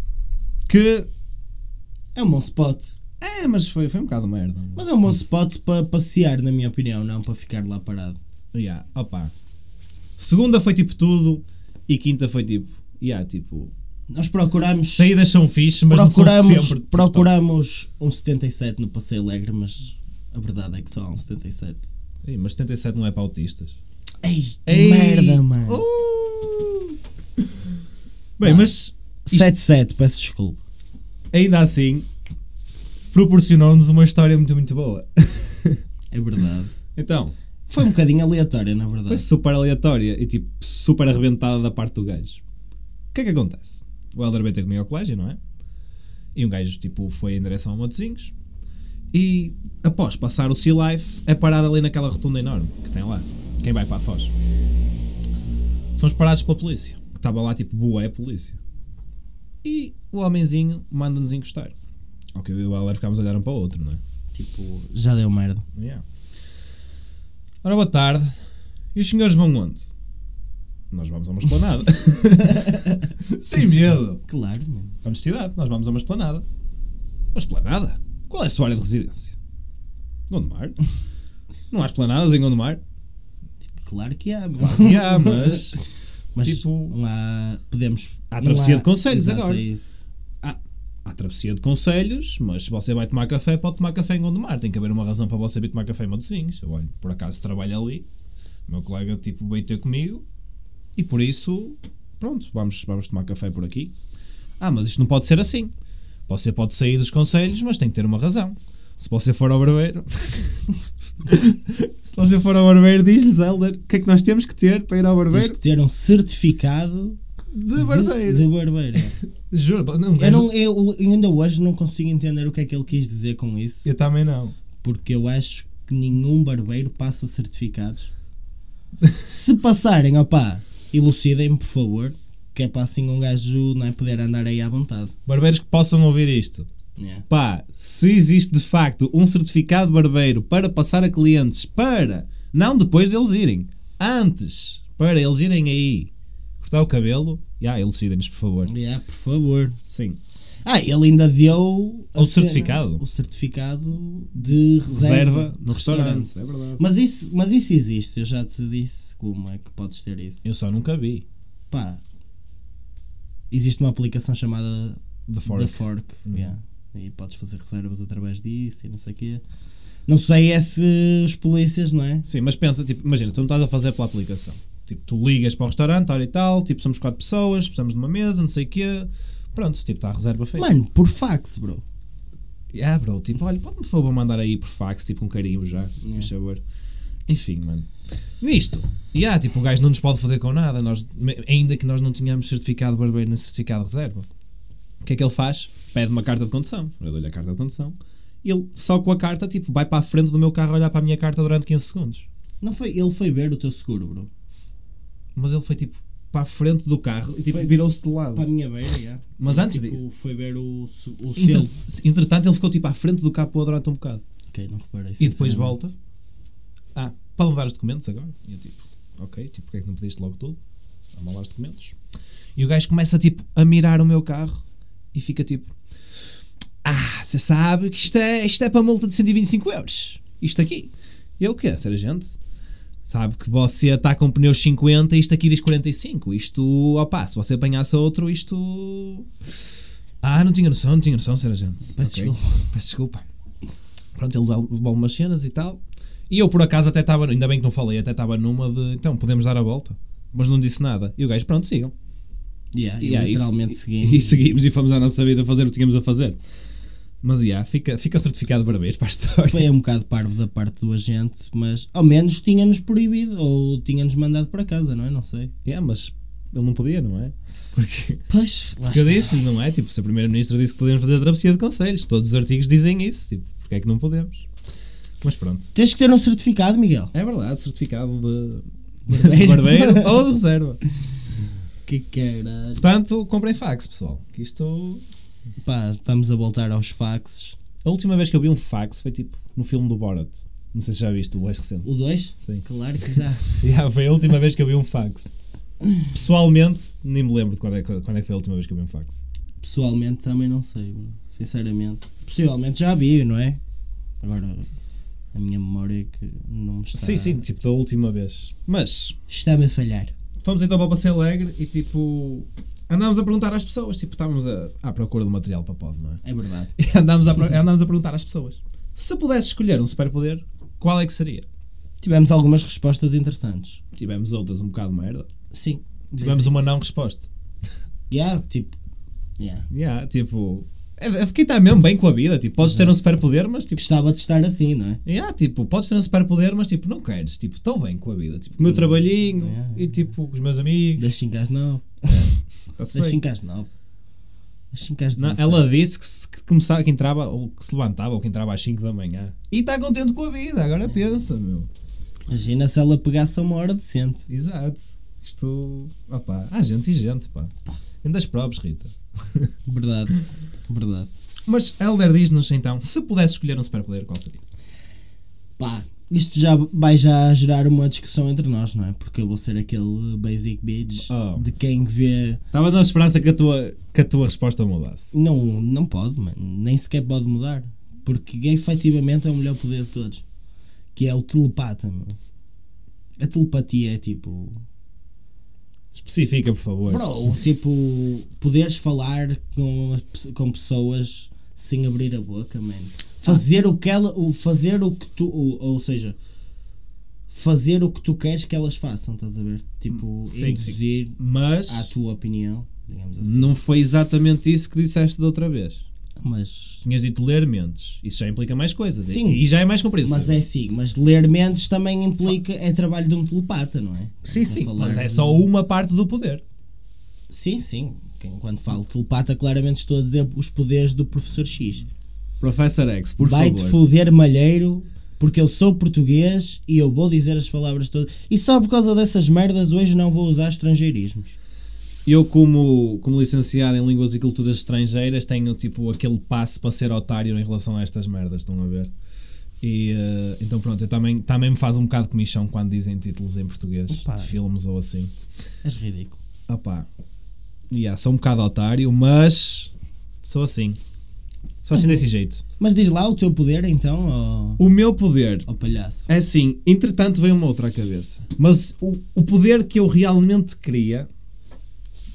[SPEAKER 1] Que.
[SPEAKER 2] É um bom spot.
[SPEAKER 1] É, mas foi, foi um bocado merda. Mas,
[SPEAKER 2] Mas é um bom spot para passear, na minha opinião, não para ficar lá parado.
[SPEAKER 1] yeah, opa. Segunda foi tipo tudo e quinta foi tipo. Yeah, tipo.
[SPEAKER 2] Nós procuramos.
[SPEAKER 1] Saídas são fixe, mas não são
[SPEAKER 2] procuramos,
[SPEAKER 1] sempre.
[SPEAKER 2] procuramos um 77 no Passeio Alegre, mas a verdade é que só há um 77.
[SPEAKER 1] Ei, mas 77 não é para autistas.
[SPEAKER 2] Ei, que
[SPEAKER 1] Ei, Oh,
[SPEAKER 2] merda, mano.
[SPEAKER 1] uh. Bem,
[SPEAKER 2] Vai.
[SPEAKER 1] mas
[SPEAKER 2] 77, peço desculpa.
[SPEAKER 1] ainda assim proporcionou-nos uma história muito, muito boa.
[SPEAKER 2] É verdade.
[SPEAKER 1] Então,
[SPEAKER 2] Foi um bocadinho aleatória, na verdade.
[SPEAKER 1] Foi super aleatória e tipo super arrebentada da parte do gajo. O que é que acontece? O Elder veio ter comigo ao colégio, não é? E um gajo tipo foi em direção a Matozinhos e após passar o Sea Life é parado ali naquela rotunda enorme que tem lá. Quem vai para a Foz? Somos parados pela polícia, que estava lá tipo boa é polícia. E o homenzinho manda-nos encostar. Ok, eu e o Elder ficámos a olhar um para o outro, não é?
[SPEAKER 2] Tipo, já deu merda.
[SPEAKER 1] Yeah. Ora, boa tarde. E os senhores vão onde? Nós vamos a uma esplanada. Sem medo.
[SPEAKER 2] Claro, mano.
[SPEAKER 1] Honestidade, nós vamos a uma esplanada. Uma esplanada? Qual é a sua área de residência? Gondomar. Não há esplanadas em Gondomar?
[SPEAKER 2] Claro que há, mano.
[SPEAKER 1] E há, mas...
[SPEAKER 2] Mas
[SPEAKER 1] tipo-
[SPEAKER 2] não há. Podemos.
[SPEAKER 1] Há
[SPEAKER 2] não
[SPEAKER 1] travessia de concelhos
[SPEAKER 2] Exato,
[SPEAKER 1] agora.
[SPEAKER 2] é isso.
[SPEAKER 1] Há travessia de conselhos, mas se você vai tomar café, pode tomar café em Gondomar. Tem que haver uma razão para você vir tomar café em Matosinhos. Eu, olha, por acaso trabalho ali. O meu colega, tipo, veio ter comigo. E por isso, pronto, vamos, vamos tomar café por aqui. Ah, mas isto não pode ser assim. Você pode sair dos conselhos, mas tem que ter uma razão. Se você for ao barbeiro... se você for ao barbeiro, diz-lhes, Helder, o que é que nós temos que ter para ir ao
[SPEAKER 2] Tens
[SPEAKER 1] barbeiro?
[SPEAKER 2] que ter um certificado
[SPEAKER 1] De barbeiro.
[SPEAKER 2] De, de barbeiro.
[SPEAKER 1] Juro, pá, não,
[SPEAKER 2] Eu, não, eu ainda hoje não consigo entender o que é que ele quis dizer com isso.
[SPEAKER 1] eu também não.
[SPEAKER 2] porque eu acho que nenhum barbeiro passa certificados. Se passarem, opá, elucidem-me, por favor, que é para assim um gajo não é, poder andar aí à vontade.
[SPEAKER 1] Barbeiros que possam ouvir isto.
[SPEAKER 2] É.
[SPEAKER 1] Pá, se existe de facto um certificado de barbeiro para passar a clientes para, não depois deles irem, antes, para eles irem aí cortar o cabelo, já, elucidem-nos, por favor.
[SPEAKER 2] É, por favor.
[SPEAKER 1] Sim.
[SPEAKER 2] Ah, ele ainda deu a
[SPEAKER 1] O
[SPEAKER 2] cena-
[SPEAKER 1] certificado.
[SPEAKER 2] o certificado de reserva,
[SPEAKER 1] Reserva no restaurante. É verdade.
[SPEAKER 2] Mas isso, mas isso existe, eu já te disse como é que podes ter isso.
[SPEAKER 1] Eu só nunca vi.
[SPEAKER 2] Pá, existe uma aplicação chamada
[SPEAKER 1] The
[SPEAKER 2] da
[SPEAKER 1] Fork.
[SPEAKER 2] Fork.
[SPEAKER 1] Uhum.
[SPEAKER 2] yeah. E podes fazer reservas através disso e não sei o quê. Não sei é se os polícias, não é?
[SPEAKER 1] Sim, mas pensa, tipo, imagina, tu não estás a fazer pela aplicação. Tipo, tu ligas para o restaurante, hora e tal, tipo, somos quatro pessoas, precisamos de uma mesa, não sei o quê. Pronto, tipo, está a reserva feita.
[SPEAKER 2] Mano, por fax, bro.
[SPEAKER 1] Ah, bro, tipo, olha, pode-me por favor mandar aí por fax, tipo, um carimbo já, por favor. Enfim, mano. Nisto, e há, tipo, o gajo não nos pode foder com nada, nós, me- ainda que nós não tenhamos certificado de barbeiro nem certificado de reserva. O que é que ele faz? Pede uma carta de condução. Eu dou-lhe a carta de condução. E ele, só com a carta, tipo, vai para a frente do meu carro olhar para a minha carta durante 15 segundos.
[SPEAKER 2] Não foi, ele foi ver o teu seguro, bro.
[SPEAKER 1] Mas ele foi, tipo, para a frente do carro e, tipo,
[SPEAKER 2] Foi-
[SPEAKER 1] virou-se de lado.
[SPEAKER 2] Para a minha beira, yeah.
[SPEAKER 1] Mas
[SPEAKER 2] Ele,
[SPEAKER 1] antes
[SPEAKER 2] tipo,
[SPEAKER 1] disso- Então,
[SPEAKER 2] Foi ver o, se- o
[SPEAKER 1] Entre-
[SPEAKER 2] selo.
[SPEAKER 1] Entretanto, ele ficou, tipo, à frente do capô durante um bocado.
[SPEAKER 2] Ok, não reparei.
[SPEAKER 1] E depois
[SPEAKER 2] sinceramente.
[SPEAKER 1] volta. Ah, pode mudar os documentos agora? E eu tipo, ok, tipo, porque é que não pediste logo tudo? Vamos lá os documentos. E o gajo começa tipo a mirar o meu carro e fica tipo. Ah, você sabe que isto é, isto é para multa de 125 euros. isto aqui. Eu o quê? Ser gente? Sabe que você está com pneus 50 e isto aqui diz 45. Isto, opá, se você apanhasse outro, isto. Ah, não tinha noção, não tinha noção, ser gente.
[SPEAKER 2] Peço desculpa.
[SPEAKER 1] Peço desculpa. Pronto, ele levou levou algumas cenas e tal. E eu, por acaso, até estava. Ainda bem que não falei, até estava numa de. Então, podemos dar a volta. Mas não disse nada. E o gajo, pronto, sigam.
[SPEAKER 2] Yeah,
[SPEAKER 1] Yeah,
[SPEAKER 2] eu literalmente
[SPEAKER 1] e,
[SPEAKER 2] seguimos.
[SPEAKER 1] E seguimos e fomos à nossa vida fazer o que tínhamos a fazer. Mas yeah, fica, fica certificado parabéns para a história.
[SPEAKER 2] Foi um bocado parvo da parte do agente, mas ao menos tinha-nos proibido ou tinha-nos mandado para casa, não é? Não sei.
[SPEAKER 1] Yeah, mas ele não podia, não é? Porque,
[SPEAKER 2] Pois, lá
[SPEAKER 1] porque eu
[SPEAKER 2] está.
[SPEAKER 1] disse, não é? Tipo, se a Primeira-Ministra disse que podíamos fazer a travessia de conselhos, todos os artigos dizem isso. Tipo, porque é que não podemos? Mas pronto.
[SPEAKER 2] Tens que ter um certificado, Miguel.
[SPEAKER 1] É verdade, certificado de de
[SPEAKER 2] Barbeiro.
[SPEAKER 1] barbeiro ou de reserva.
[SPEAKER 2] Que caralho.
[SPEAKER 1] Portanto, comprem fax, pessoal. Que isto.
[SPEAKER 2] Pá, estamos a voltar aos faxes.
[SPEAKER 1] A última vez que eu vi um fax foi tipo no filme do Borat. Não sei se já viste o mais recente.
[SPEAKER 2] O 2?
[SPEAKER 1] Sim.
[SPEAKER 2] Claro que já.
[SPEAKER 1] Yeah, foi a última vez que eu vi um fax. Pessoalmente, nem me lembro de quando é, que- quando é que foi a última vez que eu vi um fax.
[SPEAKER 2] Pessoalmente também não sei, bro. sinceramente. Possivelmente já vi, não é? Agora, a minha memória é que não me está...
[SPEAKER 1] Sim, sim, tipo da última vez. Mas
[SPEAKER 2] Está-me a falhar.
[SPEAKER 1] fomos então para o Passeio Alegre e tipo andámos a perguntar às pessoas. Tipo, estávamos a, à procura do material para pod, não é?
[SPEAKER 2] É verdade.
[SPEAKER 1] E andámos a, pro- andámos a perguntar às pessoas se pudesse escolher um superpoder, qual é que seria?
[SPEAKER 2] Tivemos algumas respostas interessantes.
[SPEAKER 1] Tivemos outras um bocado merda.
[SPEAKER 2] Sim.
[SPEAKER 1] Tivemos uma não resposta.
[SPEAKER 2] Yeah, tipo... Yeah.
[SPEAKER 1] Yeah, tipo, é, é de quem está mesmo bem com a vida. Tipo, podes ter um superpoder, mas tipo,
[SPEAKER 2] Gostava de estar assim, não é?
[SPEAKER 1] Yeah, tipo, podes ter um superpoder, mas tipo, não queres, tipo, estou bem com a vida, tipo, o meu trabalhinho
[SPEAKER 2] Yeah.
[SPEAKER 1] e tipo, com os meus amigos,
[SPEAKER 2] Das 5 às 9.
[SPEAKER 1] está-se
[SPEAKER 2] Das
[SPEAKER 1] bem.
[SPEAKER 2] 5 às 9. Das 5 às
[SPEAKER 1] Não,
[SPEAKER 2] 17.
[SPEAKER 1] ela disse que, se- que começava, que entrava, ou que se levantava, ou que entrava às 5 da manhã. E está contente com a vida,
[SPEAKER 2] É.
[SPEAKER 1] agora pensa, meu.
[SPEAKER 2] Imagina se ela pegasse uma hora decente.
[SPEAKER 1] Exato. Isto. Opá, há gente e gente, pá. Ainda as próprias, Rita.
[SPEAKER 2] Verdade. Verdade.
[SPEAKER 1] Mas Elder diz-nos então, se pudesse escolher um superpoder, qual seria?
[SPEAKER 2] Pá, isto já vai já gerar uma discussão entre nós, não é? Porque eu vou ser aquele basic bitch
[SPEAKER 1] Oh.
[SPEAKER 2] de quem vê.
[SPEAKER 1] Estava na esperança que a tua, que a tua resposta mudasse.
[SPEAKER 2] Não, não pode, mano. Nem sequer pode mudar. Porque efetivamente é o melhor poder de todos. Que é o telepata, meu. A telepatia é tipo.
[SPEAKER 1] Especifica, por favor.
[SPEAKER 2] Bro, tipo, poderes falar com, as pe- com pessoas sem abrir a boca, mano. Fazer o que ela. O, fazer o que tu. Ou, ou seja, fazer o que tu queres que elas façam, estás a ver? Tipo,
[SPEAKER 1] Hum, Sim, sim.
[SPEAKER 2] induzir
[SPEAKER 1] Mas.
[SPEAKER 2] à tua opinião, digamos assim.
[SPEAKER 1] Não foi exatamente isso que disseste da outra vez.
[SPEAKER 2] Mas.
[SPEAKER 1] Tinhas dito ler mentes. Isso já implica mais coisas.
[SPEAKER 2] Sim.
[SPEAKER 1] E, e já é mais comprido.
[SPEAKER 2] Mas é assim, mas ler mentes também implica. É trabalho de um telepata, não é?
[SPEAKER 1] Sim, sim.
[SPEAKER 2] Falar- um
[SPEAKER 1] Mas é só uma parte do poder.
[SPEAKER 2] Sim, sim. Quem- Quando falo telepata, claramente estou a dizer os poderes do professor X.
[SPEAKER 1] Professor X, por
[SPEAKER 2] Vai-te
[SPEAKER 1] favor.
[SPEAKER 2] foder malheiro, porque eu sou português e eu vou dizer as palavras todas. E só por causa dessas merdas hoje não vou usar estrangeirismos.
[SPEAKER 1] Eu, como, como licenciado em Línguas e Culturas Estrangeiras, tenho tipo aquele passo para ser otário em relação a estas merdas, estão a ver? E eh, então pronto, eu também, também me faz um bocado de comichão quando dizem títulos em português
[SPEAKER 2] Opa.
[SPEAKER 1] de filmes ou assim.
[SPEAKER 2] És ridículo.
[SPEAKER 1] Opá. Yeah, sou um bocado otário, mas sou assim. Sou assim desse jeito.
[SPEAKER 2] Mas diz lá o teu poder então, ó
[SPEAKER 1] O meu poder
[SPEAKER 2] ó palhaço.
[SPEAKER 1] É assim, entretanto veio uma outra à cabeça. Mas o, o poder que eu realmente queria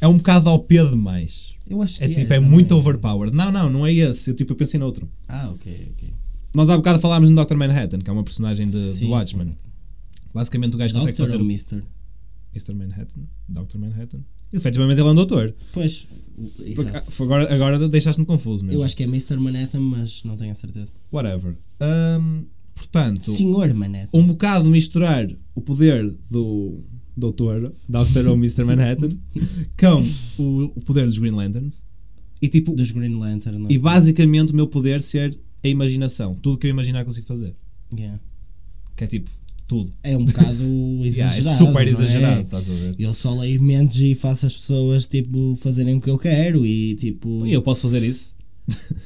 [SPEAKER 1] é um bocado ao pé demais.
[SPEAKER 2] Eu acho que
[SPEAKER 1] É
[SPEAKER 2] é.
[SPEAKER 1] tipo, é
[SPEAKER 2] também.
[SPEAKER 1] muito overpowered. Não, não, não é esse. Eu tipo, eu pensei noutro.
[SPEAKER 2] Ah, ok, ok.
[SPEAKER 1] Nós há bocado falámos no Dr. Manhattan, que é uma personagem de, de
[SPEAKER 2] Sim,
[SPEAKER 1] Watchmen.
[SPEAKER 2] sim.
[SPEAKER 1] Basicamente o gajo consegue
[SPEAKER 2] Doctor ou
[SPEAKER 1] fazer o
[SPEAKER 2] Mister?
[SPEAKER 1] Mr. Manhattan, Dr. Manhattan. E, efetivamente ele é um doutor.
[SPEAKER 2] Pois,
[SPEAKER 1] Porque, ah,
[SPEAKER 2] exato.
[SPEAKER 1] foi agora agora deixaste-me confuso mesmo.
[SPEAKER 2] Eu acho que é Mr. Manhattan, mas não tenho a certeza.
[SPEAKER 1] Whatever. Ahm, portanto,
[SPEAKER 2] Senhor Manhattan.
[SPEAKER 1] um bocado misturar o poder do Doutor, Dr. ou Mr. Manhattan, com o, o poder dos Green Lanterns e tipo,
[SPEAKER 2] Dos Green Lantern. não? é?
[SPEAKER 1] e basicamente o meu poder ser a imaginação. Tudo que eu imaginar consigo fazer.
[SPEAKER 2] Yeah.
[SPEAKER 1] Que é tipo, tudo.
[SPEAKER 2] É um bocado
[SPEAKER 1] Yeah,
[SPEAKER 2] exagerado.
[SPEAKER 1] é super
[SPEAKER 2] não Tipo,
[SPEAKER 1] exagerado, estás a ver?
[SPEAKER 2] Eu só leio mentes e faço as pessoas tipo fazerem o que eu quero e tipo.
[SPEAKER 1] E eu posso fazer isso,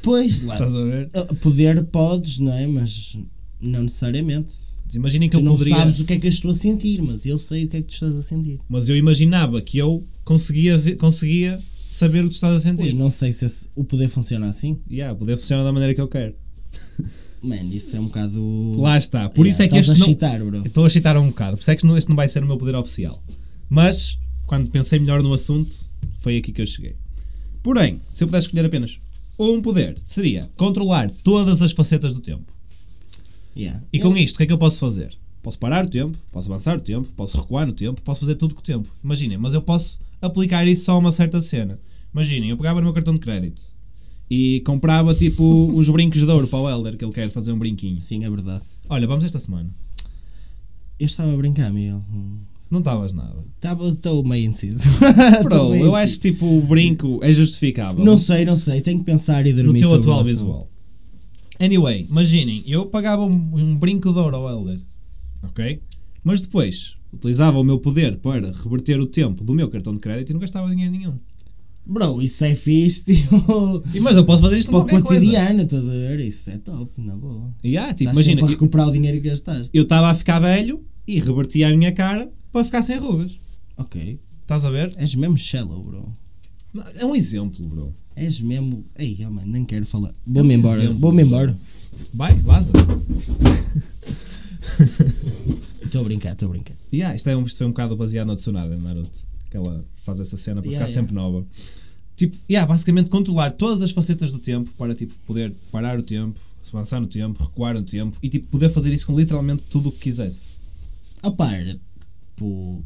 [SPEAKER 2] Pois lá.
[SPEAKER 1] estás a ver?
[SPEAKER 2] Ah, Poder podes, não é? Mas não necessariamente.
[SPEAKER 1] Imaginem que
[SPEAKER 2] tu
[SPEAKER 1] eu
[SPEAKER 2] não
[SPEAKER 1] poderia.
[SPEAKER 2] sabes o que é que eu estou a sentir, mas eu sei o que é que tu estás a sentir.
[SPEAKER 1] Mas eu imaginava que eu conseguia, ver- conseguia saber o que tu estás a sentir.
[SPEAKER 2] Ui, não sei se esse- o poder funciona assim.
[SPEAKER 1] Yeah, o poder funciona da maneira que eu quero.
[SPEAKER 2] Mano, isso é um bocado.
[SPEAKER 1] Lá está. Por isso é que
[SPEAKER 2] estás
[SPEAKER 1] este
[SPEAKER 2] a
[SPEAKER 1] não-
[SPEAKER 2] chitar, bro.
[SPEAKER 1] Estou a chitar um bocado, por isso é que não- este não vai ser o meu poder oficial. Mas, quando pensei melhor no assunto, foi aqui que eu cheguei. Porém, se eu pudesse escolher apenas um poder, seria controlar todas as facetas do tempo.
[SPEAKER 2] Yeah.
[SPEAKER 1] E com isto, o que é que eu posso fazer? Posso parar o tempo, posso avançar o tempo, posso recuar no tempo, posso fazer tudo com o tempo. Imaginem, mas eu posso aplicar isso só a uma certa cena. Imaginem, eu pegava no meu cartão de crédito e comprava tipo uns brincos de ouro para o Elder, que ele quer fazer um brinquinho.
[SPEAKER 2] Sim, é verdade.
[SPEAKER 1] Olha, vamos esta semana.
[SPEAKER 2] Eu estava a brincar, Miguel.
[SPEAKER 1] Não estavas nada.
[SPEAKER 2] Estava, estou meio inciso.
[SPEAKER 1] Bro, eu acho que tipo o brinco é justificável
[SPEAKER 2] Não sei, não sei. Tenho que pensar e
[SPEAKER 1] no
[SPEAKER 2] dormir
[SPEAKER 1] teu
[SPEAKER 2] sobre o
[SPEAKER 1] atual
[SPEAKER 2] assunto.
[SPEAKER 1] visual. Anyway, imaginem, eu pagava um, um brinco de ouro ao Elder, ok? Mas depois utilizava o meu poder para reverter o tempo do meu cartão de crédito e não gastava dinheiro nenhum.
[SPEAKER 2] Bro, isso é fixe, tipo.
[SPEAKER 1] E, mas eu posso fazer isto
[SPEAKER 2] para
[SPEAKER 1] com
[SPEAKER 2] o
[SPEAKER 1] qualquer coisa.
[SPEAKER 2] cotidiano, estás a ver? Isso é top, na boa.
[SPEAKER 1] Yeah, tipo, imagina,
[SPEAKER 2] Estás Tá sempre a
[SPEAKER 1] eu-
[SPEAKER 2] recuperar o dinheiro que gastaste.
[SPEAKER 1] eu estava a ficar velho e revertia a minha cara para ficar sem rugas.
[SPEAKER 2] Ok.
[SPEAKER 1] Estás a ver?
[SPEAKER 2] És mesmo shallow, bro.
[SPEAKER 1] É um exemplo, bro.
[SPEAKER 2] És mesmo. Ei, oh, mano, nem quero falar. Vou-me embora.
[SPEAKER 1] É um exemplo.
[SPEAKER 2] Vou-me embora.
[SPEAKER 1] Vai, vaza.
[SPEAKER 2] Estou a brincar, estou a brincar.
[SPEAKER 1] Yeah, isto, é um, isto foi um bocado baseado na Tsunade, é, Naruto. Que ela faz essa cena para
[SPEAKER 2] Yeah,
[SPEAKER 1] ficar
[SPEAKER 2] yeah.
[SPEAKER 1] sempre nova. Tipo, yeah, basicamente controlar todas as facetas do tempo para tipo, poder parar o tempo, avançar no tempo, recuar no tempo e tipo, poder fazer isso com literalmente tudo o que quisesse.
[SPEAKER 2] Ah, pá, era, tipo.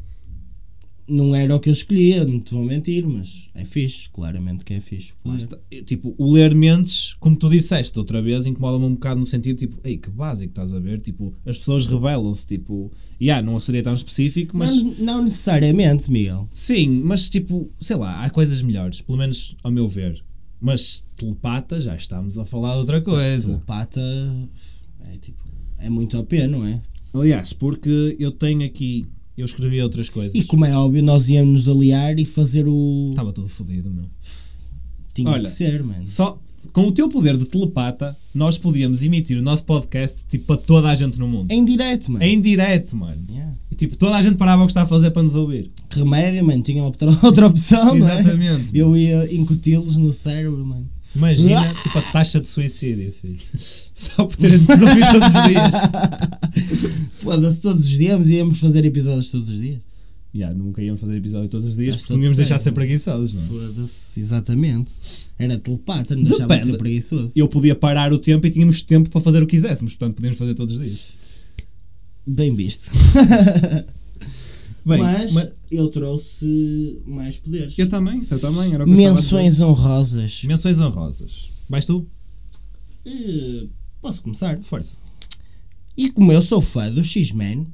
[SPEAKER 2] Não era o que eu escolhia, não te vou mentir, mas é fixe, claramente que é fixe.
[SPEAKER 1] Lá está. E, Tipo, o ler mentes, como tu disseste outra vez, incomoda-me um bocado no sentido tipo, ei, que básico estás a ver? Tipo, as pessoas rebelam-se, tipo, yeah, não seria tão específico, mas.
[SPEAKER 2] Não, não necessariamente, Miguel.
[SPEAKER 1] Sim, mas tipo, sei lá, há coisas melhores, pelo menos ao meu ver. Mas telepata, já estamos a falar de outra
[SPEAKER 2] O
[SPEAKER 1] coisa.
[SPEAKER 2] pata é tipo. É muito OP, não é?
[SPEAKER 1] Aliás, porque eu tenho aqui, eu escrevi outras coisas.
[SPEAKER 2] E como é óbvio, nós íamos nos aliar e fazer o.
[SPEAKER 1] Estava tudo fodido, meu.
[SPEAKER 2] Tinha
[SPEAKER 1] Tá Olha.
[SPEAKER 2] que ser, mano.
[SPEAKER 1] Só com o teu poder de telepata, nós podíamos emitir o nosso podcast tipo para toda a gente no mundo.
[SPEAKER 2] Em direto, mano.
[SPEAKER 1] Em direto, mano.
[SPEAKER 2] Yeah.
[SPEAKER 1] E tipo, toda a gente parava o que está a fazer para nos ouvir.
[SPEAKER 2] Remédio, mano. Tinha outra, outra opção, não é?
[SPEAKER 1] Exatamente.
[SPEAKER 2] Eu ia incuti-los no cérebro, mano.
[SPEAKER 1] Imagina tipo a taxa de suicídio, filho. Só por terem nos ouvido todos os dias.
[SPEAKER 2] Foda-se, todos os dias íamos fazer episódios todos os dias.
[SPEAKER 1] Yeah, nunca íamos fazer episódio todos os dias
[SPEAKER 2] Estás
[SPEAKER 1] porque
[SPEAKER 2] todo
[SPEAKER 1] não íamos deixar de ser
[SPEAKER 2] sério.
[SPEAKER 1] preguiçosos, não é?
[SPEAKER 2] Foda-se, exatamente. Era telepata, não deixava de
[SPEAKER 1] Depende.
[SPEAKER 2] ser preguiçoso.
[SPEAKER 1] Eu podia parar o tempo e tínhamos tempo para fazer o que quiséssemos, portanto podíamos fazer todos os dias.
[SPEAKER 2] Bem visto.
[SPEAKER 1] Bem,
[SPEAKER 2] mas,
[SPEAKER 1] mas-
[SPEAKER 2] eu trouxe mais poderes.
[SPEAKER 1] eu também, eu também, era o que eu estava a dizer.
[SPEAKER 2] Menções honrosas.
[SPEAKER 1] Menções honrosas. Vais tu?
[SPEAKER 2] Eh, posso começar?
[SPEAKER 1] Força.
[SPEAKER 2] E como eu sou fã do X-Men,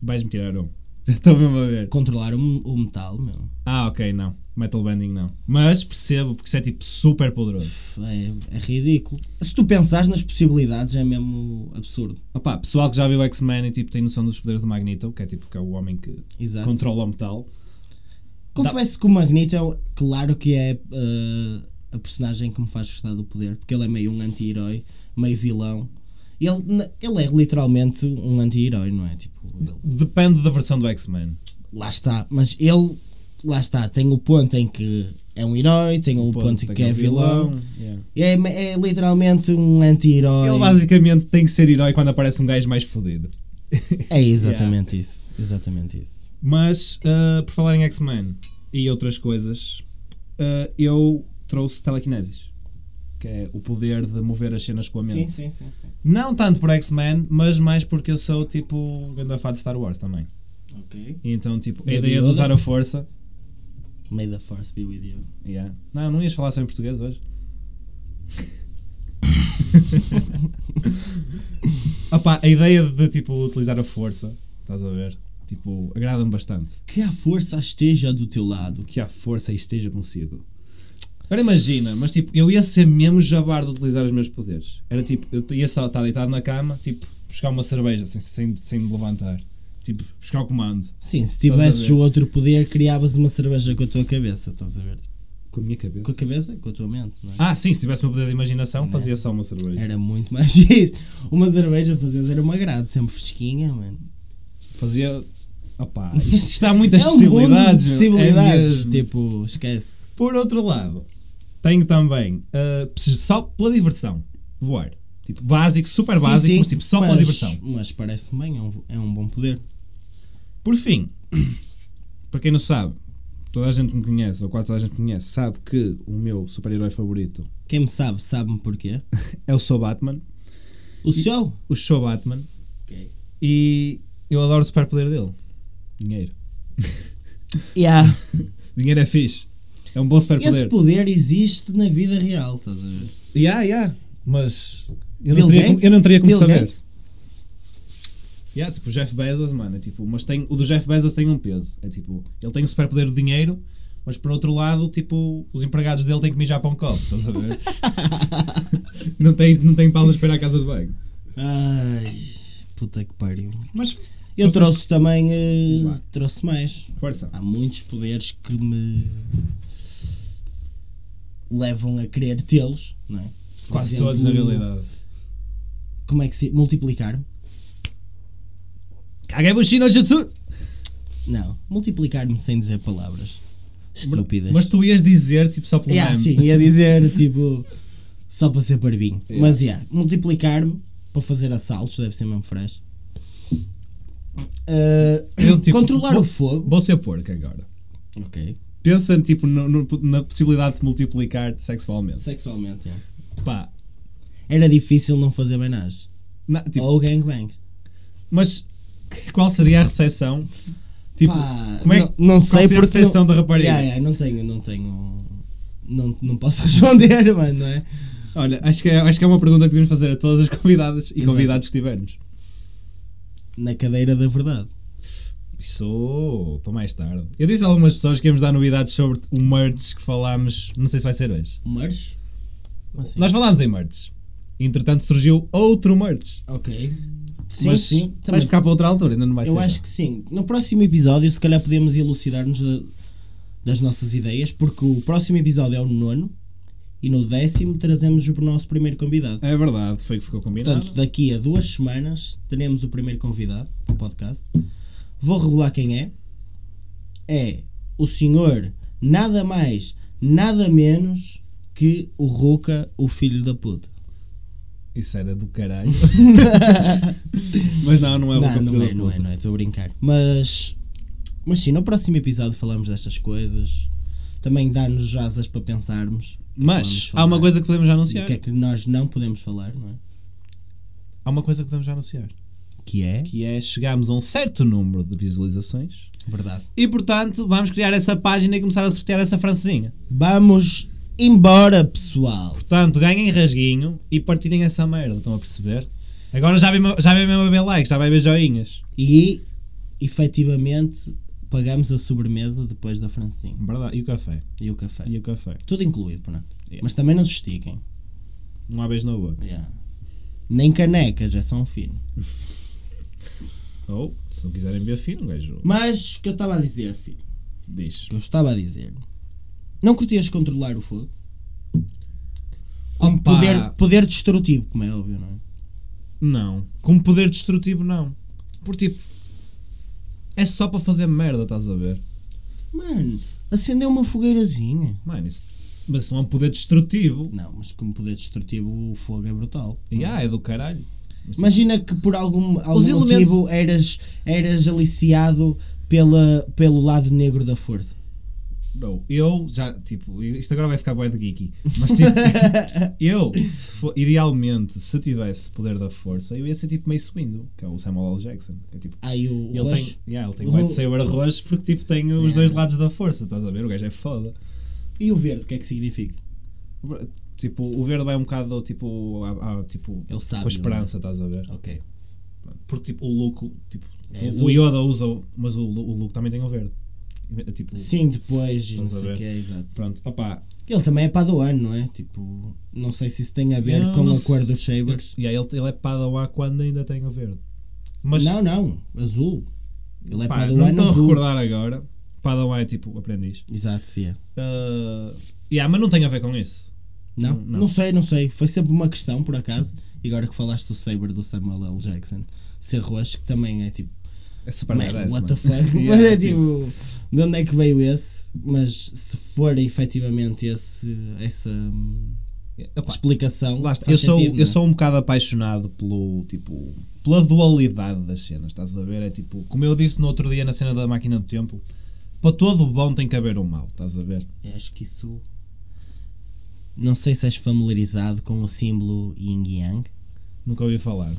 [SPEAKER 1] Vais-me tirar um. Já estou mesmo a ver.
[SPEAKER 2] controlar o, o metal, meu.
[SPEAKER 1] Ah, ok, não. Metal Bending não. Mas percebo, porque isso é tipo super poderoso.
[SPEAKER 2] É, é ridículo. Se tu pensares nas possibilidades, é mesmo absurdo.
[SPEAKER 1] Opa, pessoal que já viu X-Men e tipo, tem noção dos poderes do Magneto, que é tipo que é o homem que
[SPEAKER 2] Exato.
[SPEAKER 1] controla o metal.
[SPEAKER 2] Confesso que o Magneto é, o- claro que é eh, a personagem que me faz gostar do poder, porque ele é meio um anti-herói, meio vilão. Ele, na- ele é literalmente um anti-herói, não é? Tipo, ele-
[SPEAKER 1] Depende da versão do X-Men.
[SPEAKER 2] lá está, mas ele, lá está, tem o ponto em que é um herói, tem o ponto, em que é vilão.
[SPEAKER 1] Yeah.
[SPEAKER 2] É, é literalmente um anti-herói.
[SPEAKER 1] Ele basicamente tem que ser herói quando aparece um gajo mais fodido.
[SPEAKER 2] É exatamente isso, exatamente isso.
[SPEAKER 1] Mas, ah, por falar em X-Men e outras coisas, ah, eu trouxe telekinesis. Que é o poder de mover as cenas com a mente.
[SPEAKER 2] sim, sim, sim.
[SPEAKER 1] Não tanto por X-Men, mas mais porque eu sou, tipo, um grande fã de Star Wars também.
[SPEAKER 2] Ok.
[SPEAKER 1] E então, tipo, a
[SPEAKER 2] Baby
[SPEAKER 1] ideia de
[SPEAKER 2] Yoda?
[SPEAKER 1] usar a força...
[SPEAKER 2] May the force be with you.
[SPEAKER 1] Yeah. Não, não ias falar só em português hoje? Opa, a ideia de, tipo, utilizar a força, estás a ver? Tipo, agrada-me bastante.
[SPEAKER 2] Que a força esteja do teu lado.
[SPEAKER 1] que a força esteja consigo. Agora imagina, mas tipo, eu ia ser mesmo jabardo de utilizar os meus poderes. Era tipo, eu ia só estar deitado na cama, tipo, buscar uma cerveja sem, sem, sem me levantar. Tipo, buscar o comando.
[SPEAKER 2] Sim,
[SPEAKER 1] Estás
[SPEAKER 2] se
[SPEAKER 1] a
[SPEAKER 2] tivesses
[SPEAKER 1] ver?
[SPEAKER 2] o outro poder, criavas uma cerveja com a tua cabeça, estás a ver?
[SPEAKER 1] Com a minha cabeça.
[SPEAKER 2] Com a cabeça? Né? Com a tua mente, não é?
[SPEAKER 1] Ah, sim, se tivesse o meu poder de imaginação, fazia só uma cerveja.
[SPEAKER 2] Era muito mais isso. Uma cerveja fazias era uma grade, sempre fresquinha, mano.
[SPEAKER 1] Fazia. Opá, isto está muitas
[SPEAKER 2] é um mundo de
[SPEAKER 1] possibilidades. meu. É
[SPEAKER 2] possibilidades,
[SPEAKER 1] mesmo.
[SPEAKER 2] tipo, esquece.
[SPEAKER 1] Por outro lado, tenho também, ah, só pela diversão, voar. Tipo, básico, super
[SPEAKER 2] Sim,
[SPEAKER 1] básico,
[SPEAKER 2] sim,
[SPEAKER 1] mas tipo, só pela
[SPEAKER 2] mas-
[SPEAKER 1] diversão.
[SPEAKER 2] Mas parece-me bem, é um, é um bom poder.
[SPEAKER 1] Por fim, para quem não sabe, toda a gente que me conhece, ou quase toda a gente que me conhece, sabe que o meu super-herói favorito
[SPEAKER 2] Quem me sabe, sabe-me porquê.
[SPEAKER 1] é o Sou Batman.
[SPEAKER 2] O seu?
[SPEAKER 1] O Sou Batman. E eu adoro o superpoder dele. Dinheiro.
[SPEAKER 2] Yeah.
[SPEAKER 1] Dinheiro é fixe. É um bom
[SPEAKER 2] Esse
[SPEAKER 1] superpoder.
[SPEAKER 2] poder existe na vida real, estás a ver?
[SPEAKER 1] Yeah, yeah. Mas eu
[SPEAKER 2] Bill
[SPEAKER 1] não, teria como,
[SPEAKER 2] Gates?
[SPEAKER 1] eu não teria como
[SPEAKER 2] Bill
[SPEAKER 1] saber.
[SPEAKER 2] Gates?
[SPEAKER 1] Yeah, tipo, o Jeff Bezos, mano, é tipo, mas tem, o do Jeff Bezos tem um peso. É tipo, ele tem o superpoder do dinheiro, mas por outro lado, tipo, os empregados dele têm que mijar para um copo, estás a ver? não, tem, não tem pausas para ir à casa de banho.
[SPEAKER 2] Ai, puta que pariu.
[SPEAKER 1] Mas
[SPEAKER 2] Eu
[SPEAKER 1] Então,
[SPEAKER 2] trouxe também, eh,
[SPEAKER 1] Diz lá.
[SPEAKER 2] trouxe mais.
[SPEAKER 1] força.
[SPEAKER 2] Há muitos poderes que me levam a querer tê-los, não é? Por
[SPEAKER 1] Quase
[SPEAKER 2] exemplo,
[SPEAKER 1] todos na realidade.
[SPEAKER 2] Como é que se. Multiplicar?
[SPEAKER 1] Caguei Bushino Jutsu!
[SPEAKER 2] Não, multiplicar-me sem dizer palavras estúpidas.
[SPEAKER 1] Mas tu ias dizer, tipo, só pelo
[SPEAKER 2] Yeah,
[SPEAKER 1] nome.
[SPEAKER 2] sim, ia dizer tipo só para ser barbinho.
[SPEAKER 1] Yeah.
[SPEAKER 2] Mas yeah, multiplicar-me para fazer assaltos, deve ser mesmo fresh. Ah,
[SPEAKER 1] Eu, tipo,
[SPEAKER 2] controlar
[SPEAKER 1] vou-
[SPEAKER 2] o fogo.
[SPEAKER 1] Vou ser porco agora.
[SPEAKER 2] Ok.
[SPEAKER 1] Pensa, tipo, no- no- na possibilidade de multiplicar sexualmente.
[SPEAKER 2] Sexualmente, yeah.
[SPEAKER 1] Pá,
[SPEAKER 2] Era difícil não fazer homenagem.
[SPEAKER 1] na- tipo,
[SPEAKER 2] Ou gangbangs.
[SPEAKER 1] Mas qual seria a recepção? Tipo,
[SPEAKER 2] Pá,
[SPEAKER 1] como é que-
[SPEAKER 2] não, não sei
[SPEAKER 1] seria a
[SPEAKER 2] porque
[SPEAKER 1] percepção
[SPEAKER 2] não-
[SPEAKER 1] da rapariga?
[SPEAKER 2] Yeah, yeah, não tenho, não tenho. Não, não posso responder, mano, não é?
[SPEAKER 1] olha, acho que, é, acho que é uma pergunta que devemos fazer a todas as convidadas e
[SPEAKER 2] Exato.
[SPEAKER 1] convidados que tivermos.
[SPEAKER 2] Na cadeira da verdade.
[SPEAKER 1] Isso, para mais tarde. Eu disse a algumas pessoas que íamos dar novidades sobre o merch que falámos, não sei se vai ser hoje.
[SPEAKER 2] Mas. Assim.
[SPEAKER 1] Nós falámos em merch. Entretanto surgiu outro merch.
[SPEAKER 2] Ok. Sim,
[SPEAKER 1] mas
[SPEAKER 2] sim.
[SPEAKER 1] vai ficar para outra altura, ainda não vai
[SPEAKER 2] Eu
[SPEAKER 1] ser.
[SPEAKER 2] acho que sim. No próximo episódio, se calhar podemos elucidar-nos da- das nossas ideias, porque o próximo episódio é o nono e no décimo trazemos o nosso primeiro convidado.
[SPEAKER 1] É verdade, foi o que ficou combinado.
[SPEAKER 2] Portanto, daqui a duas semanas teremos o primeiro convidado ao podcast. Vou revelar quem é. É o senhor, nada mais, nada menos que o Ruca, o filho da puta.
[SPEAKER 1] Isso era do caralho. mas não, não é o
[SPEAKER 2] não,
[SPEAKER 1] Ruka
[SPEAKER 2] não
[SPEAKER 1] Filho
[SPEAKER 2] é,
[SPEAKER 1] da
[SPEAKER 2] não é,
[SPEAKER 1] Puta.
[SPEAKER 2] não é, estou a brincar. Mas, mas sim, no próximo episódio falamos destas coisas. Também dá-nos asas para pensarmos.
[SPEAKER 1] Mas
[SPEAKER 2] Vamos
[SPEAKER 1] há uma
[SPEAKER 2] falar.
[SPEAKER 1] coisa que podemos já
[SPEAKER 2] O
[SPEAKER 1] anunciar.
[SPEAKER 2] que é que nós não podemos falar, não é?
[SPEAKER 1] Há uma coisa que podemos já anunciar.
[SPEAKER 2] Que é
[SPEAKER 1] que é chegarmos a um certo número de visualizações
[SPEAKER 2] verdade.
[SPEAKER 1] e portanto vamos criar essa página e começar a sortear essa francesinha.
[SPEAKER 2] Vamos embora, pessoal.
[SPEAKER 1] Portanto, ganhem rasguinho e partilhem essa merda, estão a perceber? Agora já vem, já vem mesmo a ver likes, já vai ver joinhas.
[SPEAKER 2] E efetivamente pagamos a sobremesa depois da Francinha
[SPEAKER 1] Verdade. E o café?
[SPEAKER 2] e o café.
[SPEAKER 1] E o café?
[SPEAKER 2] Tudo incluído, pronto.
[SPEAKER 1] Yeah.
[SPEAKER 2] Mas também não se estiquem.
[SPEAKER 1] Não há beijo Um na boca.
[SPEAKER 2] Yeah. Nem canecas, é só um fino.
[SPEAKER 1] Ou, se não quiserem ver fino, gajo
[SPEAKER 2] Mas o que eu estava a dizer, filho?
[SPEAKER 1] diz.
[SPEAKER 2] que eu estava a dizer. Não curtias controlar o fogo? Com
[SPEAKER 1] Opa!
[SPEAKER 2] poder, poder destrutivo, como é óbvio, não é?
[SPEAKER 1] Não. Com um poder destrutivo, não. Por tipo, é só para fazer merda, estás a ver?
[SPEAKER 2] Mano, acendeu uma fogueirazinha.
[SPEAKER 1] Mano, isso, mas isso não é um poder destrutivo.
[SPEAKER 2] Não, mas como poder destrutivo o fogo é brutal.
[SPEAKER 1] E ah, é do caralho. tipo,
[SPEAKER 2] Imagina que por algum,
[SPEAKER 1] Os
[SPEAKER 2] algum
[SPEAKER 1] elementos-
[SPEAKER 2] motivo eras, eras aliciado pela, pelo lado negro da força.
[SPEAKER 1] Bro, eu já, tipo, isto agora vai ficar bué de geeky, mas tipo, eu, se fo- idealmente, se tivesse poder da força, eu ia ser tipo Mace Windu, que é o Samuel L. Jackson. que é, tipo,
[SPEAKER 2] Aí o
[SPEAKER 1] ele
[SPEAKER 2] roxo.
[SPEAKER 1] tem, yeah, ele tem
[SPEAKER 2] O-
[SPEAKER 1] lightsaber roxo porque tipo, tem os
[SPEAKER 2] Yeah.
[SPEAKER 1] dois lados da força, estás a ver? O gajo é foda.
[SPEAKER 2] E o verde, o que é que significa?
[SPEAKER 1] Bro, Tipo, o verde vai um bocado, tipo, a, a- tipo
[SPEAKER 2] É o sábio,
[SPEAKER 1] com a esperança, É estás a ver?
[SPEAKER 2] Ok.
[SPEAKER 1] Porque tipo, o Luke, tipo,
[SPEAKER 2] É
[SPEAKER 1] o
[SPEAKER 2] azul.
[SPEAKER 1] Yoda usa, o- mas o, Lu- o Luke também tem o verde. É, Tipo,
[SPEAKER 2] Sim, depois, e não
[SPEAKER 1] Vamos a
[SPEAKER 2] sei o
[SPEAKER 1] ver.
[SPEAKER 2] que é, exato.
[SPEAKER 1] Pronto, opá,
[SPEAKER 2] Ele também é padawan, não é? Tipo, não sei se isso tem a ver
[SPEAKER 1] Não,
[SPEAKER 2] com
[SPEAKER 1] não
[SPEAKER 2] a
[SPEAKER 1] sei.
[SPEAKER 2] cor dos sabres.
[SPEAKER 1] E aí ele, ele é padawan quando ainda tem o verde. Mas
[SPEAKER 2] Não, não, azul. Ele é
[SPEAKER 1] pá,
[SPEAKER 2] padawan
[SPEAKER 1] não estou a
[SPEAKER 2] azul.
[SPEAKER 1] recordar agora. Padawan é tipo aprendiz.
[SPEAKER 2] Exato, sim. é.
[SPEAKER 1] Ah, yeah, mas não tem a ver com isso.
[SPEAKER 2] Não,
[SPEAKER 1] Não, não.
[SPEAKER 2] não, sei, não sei. Foi sempre uma questão, por acaso. E agora que falaste do saber do Samuel L. Jackson, ser roxo, que também é tipo,
[SPEAKER 1] É super
[SPEAKER 2] man,
[SPEAKER 1] badass,
[SPEAKER 2] what
[SPEAKER 1] mano.
[SPEAKER 2] the fuck.
[SPEAKER 1] Yeah,
[SPEAKER 2] Mas é tipo, de onde é que veio esse? Mas se for efetivamente esse, essa, hum,
[SPEAKER 1] tipo, Epá,
[SPEAKER 2] explicação.
[SPEAKER 1] lá está.
[SPEAKER 2] faz
[SPEAKER 1] Eu, sou,
[SPEAKER 2] sentido, não
[SPEAKER 1] eu
[SPEAKER 2] é?
[SPEAKER 1] sou um bocado apaixonado pelo tipo pela dualidade das cenas, estás a ver? É tipo, como eu disse no outro dia na cena da máquina do tempo, para todo o bom tem que haver um mal, estás a ver?
[SPEAKER 2] é? Eu Acho que isso. Não sei se és familiarizado com o símbolo yin e yang.
[SPEAKER 1] Nunca ouvi falar.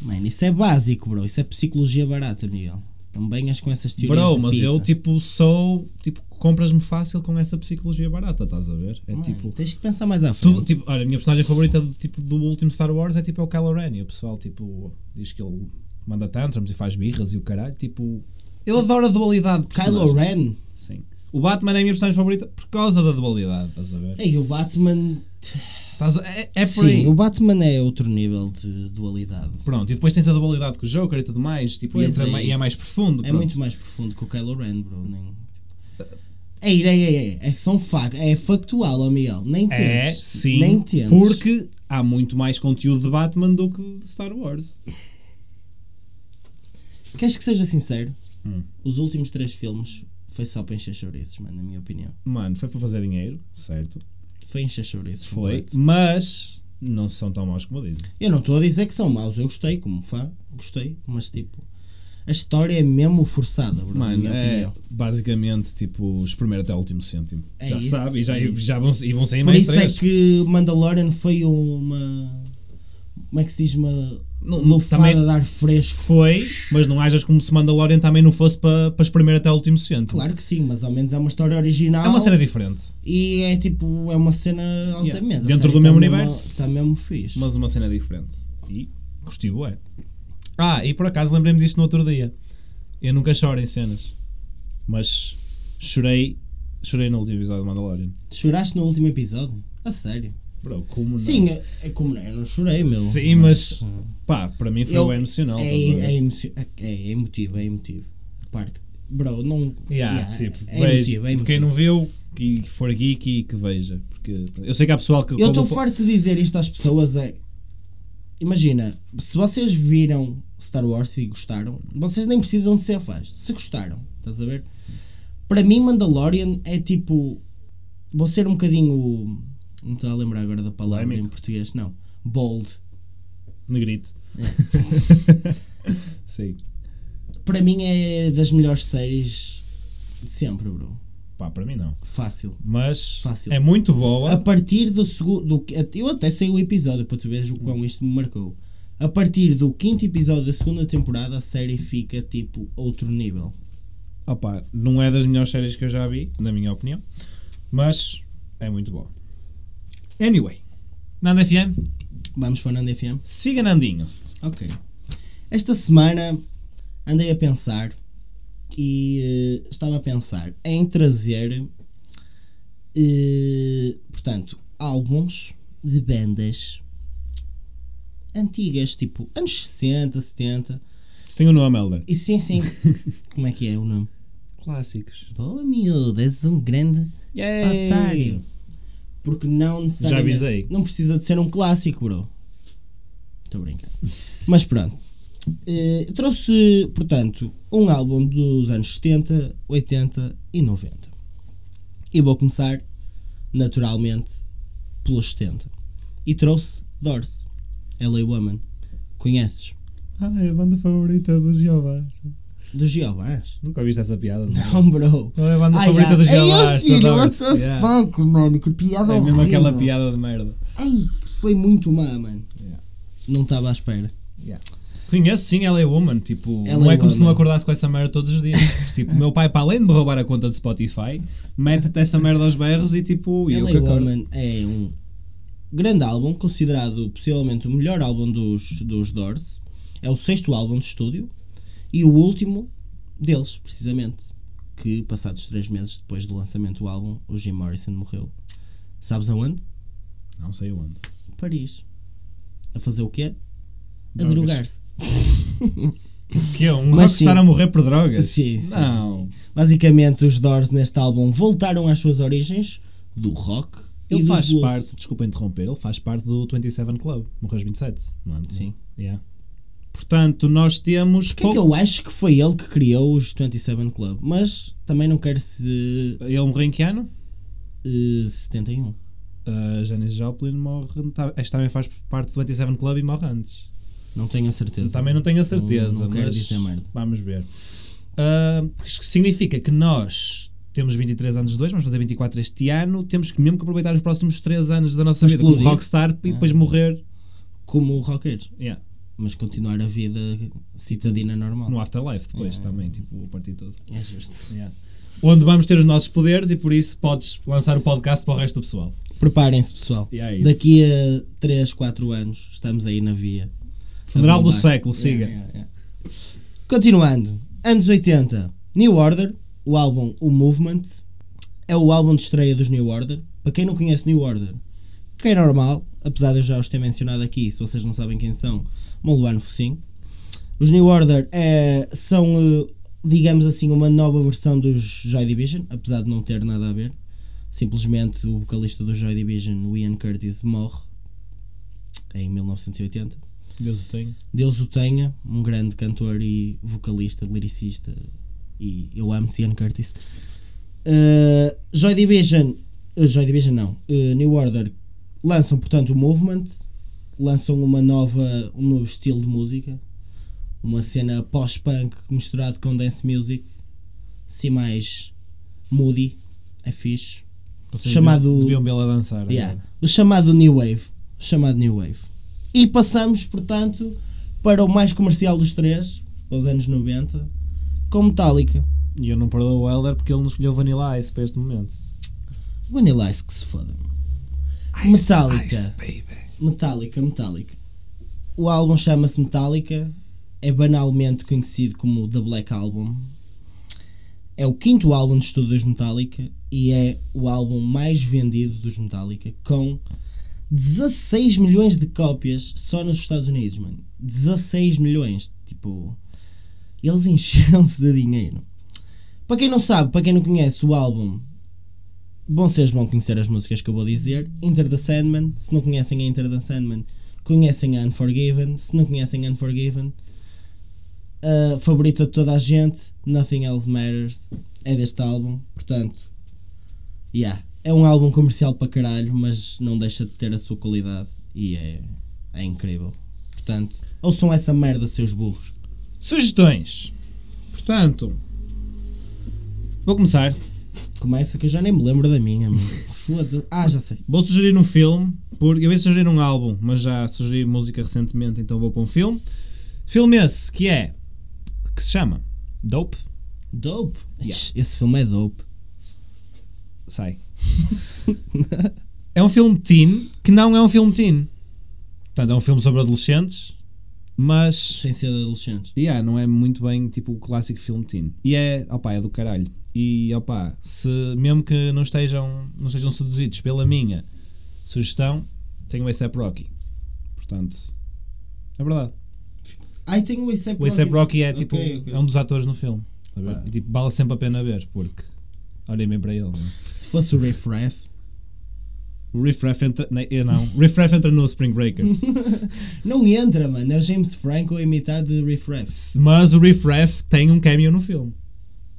[SPEAKER 2] Mano, isso é básico, bro. Isso é psicologia barata, Miguel. Não venhas com essas teorias.
[SPEAKER 1] Bro,
[SPEAKER 2] de
[SPEAKER 1] mas
[SPEAKER 2] pizza.
[SPEAKER 1] eu tipo sou tipo, compras-me fácil com essa psicologia barata, estás a ver? É
[SPEAKER 2] Mano,
[SPEAKER 1] tipo.
[SPEAKER 2] Tens que pensar mais à frente.
[SPEAKER 1] Tu, tipo, olha, a minha personagem favorita do, tipo, do último Star Wars é tipo é o Kylo Ren. E o pessoal tipo, diz que ele manda tantrums e faz birras e o caralho. Tipo, eu adoro a dualidade. de
[SPEAKER 2] Kylo
[SPEAKER 1] personagens.
[SPEAKER 2] Ren.
[SPEAKER 1] Sim. O Batman é a minha personagem favorita por causa da dualidade, estás a ver?
[SPEAKER 2] Ei, o Batman.
[SPEAKER 1] Estás a- é, é por aí.
[SPEAKER 2] Sim, o Batman é outro nível de dualidade.
[SPEAKER 1] Pronto, e depois tens a dualidade com o Joker e tudo mais, tipo, e,
[SPEAKER 2] Pois
[SPEAKER 1] entra
[SPEAKER 2] é
[SPEAKER 1] ma- e é
[SPEAKER 2] isso.
[SPEAKER 1] mais profundo.
[SPEAKER 2] É
[SPEAKER 1] pronto.
[SPEAKER 2] muito mais profundo que o Kylo Ren, bro. Nem... Ei, ei, ei, ei, é só um facto. É factual, ó Miguel. Nem tens.
[SPEAKER 1] É, sim,
[SPEAKER 2] Nem tens.
[SPEAKER 1] porque há muito mais conteúdo de Batman do que de Star Wars.
[SPEAKER 2] Queres que seja sincero?
[SPEAKER 1] Hum.
[SPEAKER 2] Os últimos três filmes foi só para encher chouriços, mano, na minha opinião.
[SPEAKER 1] Mano, foi para fazer dinheiro, certo?
[SPEAKER 2] Foi encher chouriços.
[SPEAKER 1] Foi,
[SPEAKER 2] completo.
[SPEAKER 1] mas não são tão maus como dizem.
[SPEAKER 2] Eu não estou a dizer que são maus. Eu gostei, como fã, gostei. Mas, tipo, a história é mesmo forçada, bro,
[SPEAKER 1] Mano,
[SPEAKER 2] na minha
[SPEAKER 1] é
[SPEAKER 2] opinião.
[SPEAKER 1] basicamente tipo espremer até o último cêntimo.
[SPEAKER 2] É
[SPEAKER 1] já
[SPEAKER 2] isso,
[SPEAKER 1] sabe, e já,
[SPEAKER 2] é isso.
[SPEAKER 1] já vão, e vão sair
[SPEAKER 2] Por
[SPEAKER 1] mais
[SPEAKER 2] isso
[SPEAKER 1] três.
[SPEAKER 2] é que Mandalorian foi uma... Como é que se diz? Uma...
[SPEAKER 1] Não- não-
[SPEAKER 2] lufada
[SPEAKER 1] também-
[SPEAKER 2] de ar fresco.
[SPEAKER 1] Foi, mas não hajas como se Mandalorian também não fosse para pa espremer até o último cêntimo.
[SPEAKER 2] Claro que sim, mas ao menos é uma história original.
[SPEAKER 1] É uma cena diferente,
[SPEAKER 2] E é tipo, é uma cena altamente. A
[SPEAKER 1] Dentro do
[SPEAKER 2] série tá
[SPEAKER 1] mesmo
[SPEAKER 2] mesmo-
[SPEAKER 1] universo.
[SPEAKER 2] Está mesmo fixe.
[SPEAKER 1] mas uma cena diferente. E gostei, é. Ah, e por acaso lembrei-me disto no outro dia. Eu nunca choro em cenas, mas chorei, chorei no último episódio do Mandalorian.
[SPEAKER 2] Choraste no último episódio? A sério?
[SPEAKER 1] Bro, como não?
[SPEAKER 2] Sim, é, é como não, eu não chorei, meu.
[SPEAKER 1] Sim, mas- Pá, para mim foi
[SPEAKER 2] eu-
[SPEAKER 1] bem emocional.
[SPEAKER 2] é,
[SPEAKER 1] estás a ver?
[SPEAKER 2] é, emocio- é- é emotivo, é emotivo. Parte. Bro, não.
[SPEAKER 1] Yeah,
[SPEAKER 2] yeah,
[SPEAKER 1] tipo,
[SPEAKER 2] é
[SPEAKER 1] vejo,
[SPEAKER 2] emotivo, é
[SPEAKER 1] tipo,
[SPEAKER 2] emotivo.
[SPEAKER 1] quem não viu, que for geek e que veja. Porque eu sei que há pessoal que.
[SPEAKER 2] Eu estou
[SPEAKER 1] como-
[SPEAKER 2] farto de dizer isto às pessoas. É, imagina, se vocês viram Star Wars e gostaram, vocês nem precisam de ser fãs. Se gostaram, estás a ver? Para mim, Mandalorian é tipo. Vou ser um bocadinho. Não estou a lembrar agora da palavra
[SPEAKER 1] Polémico.
[SPEAKER 2] em português, não. Bold.
[SPEAKER 1] Negrito. Sei.
[SPEAKER 2] Para mim é das melhores séries de sempre, bro.
[SPEAKER 1] Pá, para mim não.
[SPEAKER 2] Fácil.
[SPEAKER 1] Mas
[SPEAKER 2] Fácil.
[SPEAKER 1] é muito
[SPEAKER 2] A
[SPEAKER 1] boa.
[SPEAKER 2] partir do segundo. Eu até sei o episódio para tu veres o quão isto me marcou. A partir do quinto episódio da segunda temporada, a série fica tipo outro nível.
[SPEAKER 1] Opá, não é das melhores séries que eu já vi, na minha opinião. Mas é muito boa. Anyway. Nando FM,
[SPEAKER 2] Vamos para o Nando FM?
[SPEAKER 1] siga Nandinho.
[SPEAKER 2] Ok. Esta semana andei a pensar e eh, estava a pensar em trazer, eh, portanto, álbuns de bandas antigas, tipo anos 60, 70.
[SPEAKER 1] Isso tem o um nome, Helder.
[SPEAKER 2] E sim, sim. Como é que é o nome?
[SPEAKER 1] Clássicos.
[SPEAKER 2] Boa, miúdo, és um grande
[SPEAKER 1] Yay!
[SPEAKER 2] otário. Porque não necessariamente.
[SPEAKER 1] avisei.
[SPEAKER 2] Não precisa de ser um clássico, bro. Estou a brincar. Mas pronto. Eh, eu trouxe, portanto, um álbum dos anos 70, 80 e 90. E vou começar, naturalmente, pelos 70. E trouxe Doors, LA Woman. Conheces?
[SPEAKER 1] Ah, é a banda favorita dos Jeovás.
[SPEAKER 2] Do Giovans?
[SPEAKER 1] Nunca ouviste essa piada?
[SPEAKER 2] Não, bro.
[SPEAKER 1] Qual é a banda
[SPEAKER 2] Ai,
[SPEAKER 1] favorita
[SPEAKER 2] ai.
[SPEAKER 1] dos
[SPEAKER 2] Ei,
[SPEAKER 1] Jeovás?
[SPEAKER 2] eu, filho,
[SPEAKER 1] Toda a
[SPEAKER 2] what the
[SPEAKER 1] vez. Yeah.
[SPEAKER 2] fuck, mano? Que piada
[SPEAKER 1] É mesmo
[SPEAKER 2] horrível.
[SPEAKER 1] aquela piada de merda.
[SPEAKER 2] Ai, foi muito má, mano.
[SPEAKER 1] Yeah.
[SPEAKER 2] Não estava à espera.
[SPEAKER 1] Conheço sim LA Woman, tipo,
[SPEAKER 2] LA
[SPEAKER 1] não é como se não
[SPEAKER 2] Woman.
[SPEAKER 1] acordasse com essa merda todos os dias. tipo, meu pai, para além de me roubar a conta de Spotify, mete-te essa merda aos berros e tipo, e eu que
[SPEAKER 2] LA
[SPEAKER 1] acordo.
[SPEAKER 2] Woman é um grande álbum, considerado possivelmente o melhor álbum dos, dos Doors. É o sexto álbum de estúdio e o último deles, precisamente. Que passados três meses depois do lançamento do álbum, o Jim Morrison morreu. Sabes aonde?
[SPEAKER 1] Não sei onde.
[SPEAKER 2] Paris. A fazer o quê? A
[SPEAKER 1] Drogas.
[SPEAKER 2] drogar-se.
[SPEAKER 1] Que é um
[SPEAKER 2] Mas
[SPEAKER 1] rockstar
[SPEAKER 2] sim.
[SPEAKER 1] a morrer por drogas?
[SPEAKER 2] Sim, sim.
[SPEAKER 1] Não.
[SPEAKER 2] Basicamente, os Doors neste álbum voltaram às suas origens do rock e
[SPEAKER 1] Ele
[SPEAKER 2] dos
[SPEAKER 1] faz
[SPEAKER 2] blues.
[SPEAKER 1] parte, desculpa interromper, ele faz parte do 27 Club, morreu aos 27, não é?
[SPEAKER 2] Sim.
[SPEAKER 1] Yeah. Portanto, nós temos.
[SPEAKER 2] Porque é que eu acho que foi ele que criou os 27 Club, mas também não quero se
[SPEAKER 1] Ele morreu em que ano?
[SPEAKER 2] eh, 71.
[SPEAKER 1] a Ah, Janis Joplin morre. tá- Esta também faz parte do 27 Club e morre antes.
[SPEAKER 2] Não tenho a certeza.
[SPEAKER 1] Também não tenho a certeza,
[SPEAKER 2] Não- não quero
[SPEAKER 1] mas
[SPEAKER 2] dizer merda.
[SPEAKER 1] vamos ver. Ah, isto significa que nós temos 23 anos dois, vamos fazer 24 este ano, temos que mesmo que aproveitar os próximos 3 anos da nossa
[SPEAKER 2] Mas
[SPEAKER 1] vida como
[SPEAKER 2] explodir.
[SPEAKER 1] rockstar e
[SPEAKER 2] Ah.
[SPEAKER 1] depois morrer
[SPEAKER 2] Como roqueiros,
[SPEAKER 1] yeah,
[SPEAKER 2] mas continuar a vida citadina normal.
[SPEAKER 1] no afterlife depois
[SPEAKER 2] Ah.
[SPEAKER 1] também, tipo, a partir de tudo.
[SPEAKER 2] É justo.
[SPEAKER 1] Yeah. Onde vamos ter os nossos poderes e por isso podes lançar o podcast para o resto do pessoal.
[SPEAKER 2] Preparem-se, pessoal.
[SPEAKER 1] E é isso.
[SPEAKER 2] Daqui a 3, 4 anos estamos aí na via.
[SPEAKER 1] Funeral do
[SPEAKER 2] Vamos lá.
[SPEAKER 1] século, siga.
[SPEAKER 2] É, é, é. Continuando, anos 80, New Order, o álbum O Movement, é o álbum de estreia dos New Order. Para quem não conhece New Order, que é normal, apesar de eu já os ter mencionado aqui, se vocês não sabem quem são, Moluano Focinho. Os New Order eh, são, eh, digamos assim, uma nova versão dos Joy Division, apesar de não ter nada a ver. Simplesmente o vocalista do Joy Division, o Ian Curtis, morre em 1980.
[SPEAKER 1] Deus o tenho.
[SPEAKER 2] Deus o tenha, um grande cantor e vocalista, lyricista, e eu amo Ian Curtis. Uh, Joy Division, uh, Joy Division não, uh, New Order lançam portanto o Movement, lançam uma nova, um novo estilo de música, uma cena pós-punk misturado com dance music, assim mais moody, é fixe.
[SPEAKER 1] Vocês
[SPEAKER 2] Chamado-
[SPEAKER 1] deviam- Deviam vê-la dançar.
[SPEAKER 2] Yeah.
[SPEAKER 1] agora.
[SPEAKER 2] O chamado New Wave. O chamado New Wave. E passamos, portanto, para o mais comercial dos três, dos anos 90, com Metallica.
[SPEAKER 1] E eu não perdoo o Elder porque ele não escolheu Vanilla Ice para este momento.
[SPEAKER 2] Vanilla Ice que se foda. Metallica. Metallica, Metallica. O álbum chama-se Metallica, é banalmente conhecido como The Black Album. É o quinto álbum de estudo dos Metallica e é o álbum mais vendido dos Metallica, com 16 milhões de cópias só nos Estados Unidos, mano. 16 milhões, tipo, eles encheram-se de dinheiro. Para quem não sabe, para quem não conhece o álbum, Bom, vocês vão conhecer as músicas que eu vou dizer. Enter the Sandman. Se não conhecem a Enter the Sandman, conhecem a Unforgiven. Se não conhecem a Unforgiven, a favorita de toda a gente, Nothing Else Matters, é deste álbum. Portanto, yeah. é um álbum comercial para caralho, mas não deixa de ter a sua qualidade e é, é incrível. Portanto, ouçam essa merda, seus burros.
[SPEAKER 1] Sugestões. Portanto, vou começar.
[SPEAKER 2] Começa é que eu já nem me lembro da minha, mano. Foda-se. Ah, já sei.
[SPEAKER 1] Vou sugerir um filme, porque eu ia sugerir um álbum, mas já sugeri música recentemente, então vou para um filme. Filme esse que é. que se chama Dope.
[SPEAKER 2] Dope.
[SPEAKER 1] Yeah.
[SPEAKER 2] Esse filme é dope.
[SPEAKER 1] Sai. é um filme teen que não é um filme teen. Portanto, é um filme sobre adolescentes, mas.
[SPEAKER 2] Sem ser de adolescentes.
[SPEAKER 1] Yeah, não é muito bem tipo o clássico filme teen. E é, opá, é do caralho. E opá, se mesmo que não estejam, não estejam seduzidos pela minha sugestão, tenho o ASAP Rocky. Portanto, é verdade.
[SPEAKER 2] Ai, tem o ASAP
[SPEAKER 1] O ASAP Rocky é tipo
[SPEAKER 2] Ok, ok.
[SPEAKER 1] é um dos atores no filme. Tá a ver?
[SPEAKER 2] Ah.
[SPEAKER 1] E, tipo, vale sempre a pena ver, porque olhem bem para ele. né?
[SPEAKER 2] Se fosse o Riff Raff.
[SPEAKER 1] O Riff Raff entra. Não, eu não. O Riff Raff entra no Spring Breakers.
[SPEAKER 2] não entra, mano. É o James Franco a imitar de Riff Raff.
[SPEAKER 1] Mas o Riff Raff tem um cameo no filme.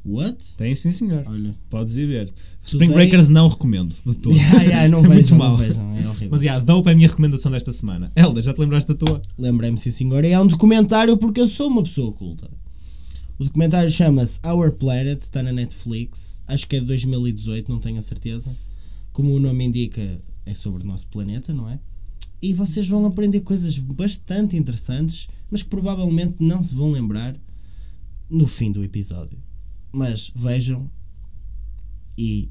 [SPEAKER 2] What?
[SPEAKER 1] Tem sim, senhor.
[SPEAKER 2] Olha.
[SPEAKER 1] Podes ir ver. Spring
[SPEAKER 2] tem-
[SPEAKER 1] Breakers não recomendo de todo.
[SPEAKER 2] Yeah, yeah, não
[SPEAKER 1] É muito
[SPEAKER 2] vejam,
[SPEAKER 1] mau.
[SPEAKER 2] não vejam. É horrível.
[SPEAKER 1] Mas, yeah, Dope é a minha recomendação desta semana. Helder, já te lembraste da tua?
[SPEAKER 2] Lembrei-me, sim, senhor. É um documentário porque eu sou uma pessoa culta. O documentário chama-se Our Planet, está na Netflix. Acho que é de 2018, não tenho a certeza. Como o nome indica, é sobre o nosso planeta, não é? E vocês vão aprender coisas bastante interessantes, mas que provavelmente não se vão lembrar no fim do episódio. Mas vejam e.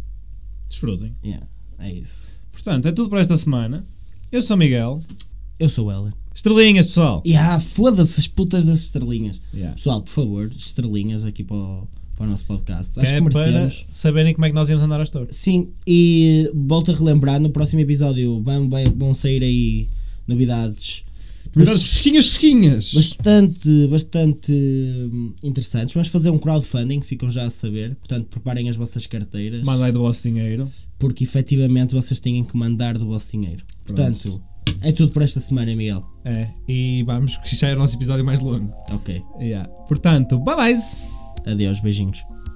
[SPEAKER 1] Desfrutem.
[SPEAKER 2] yeah, é isso.
[SPEAKER 1] Portanto, é tudo para esta semana. Eu sou Miguel.
[SPEAKER 2] Eu sou ela.
[SPEAKER 1] Estrelinhas, pessoal.
[SPEAKER 2] E ah, foda-se as putas das estrelinhas.
[SPEAKER 1] Yeah.
[SPEAKER 2] Pessoal, por favor, estrelinhas aqui para o, para o nosso podcast.
[SPEAKER 1] Que
[SPEAKER 2] Acho
[SPEAKER 1] é
[SPEAKER 2] que
[SPEAKER 1] para
[SPEAKER 2] merecemos.
[SPEAKER 1] saberem como é que nós íamos andar à história.
[SPEAKER 2] Sim, e volto a relembrar, no próximo episódio vão, vai- vão sair aí novidades
[SPEAKER 1] Melhores fresquinhas, fresquinhas.
[SPEAKER 2] bastante, bastante hum, interessantes. Vamos fazer um crowdfunding, ficam já a saber. Portanto, preparem as vossas carteiras,
[SPEAKER 1] Manda aí do vosso dinheiro.
[SPEAKER 2] porque efetivamente vocês têm que mandar do vosso dinheiro. Portanto, é tudo para esta semana, Miguel.
[SPEAKER 1] É. E vamos, que já é o nosso episódio mais longo.
[SPEAKER 2] Ok,
[SPEAKER 1] Yeah. Portanto, bye bye.
[SPEAKER 2] adeus, beijinhos.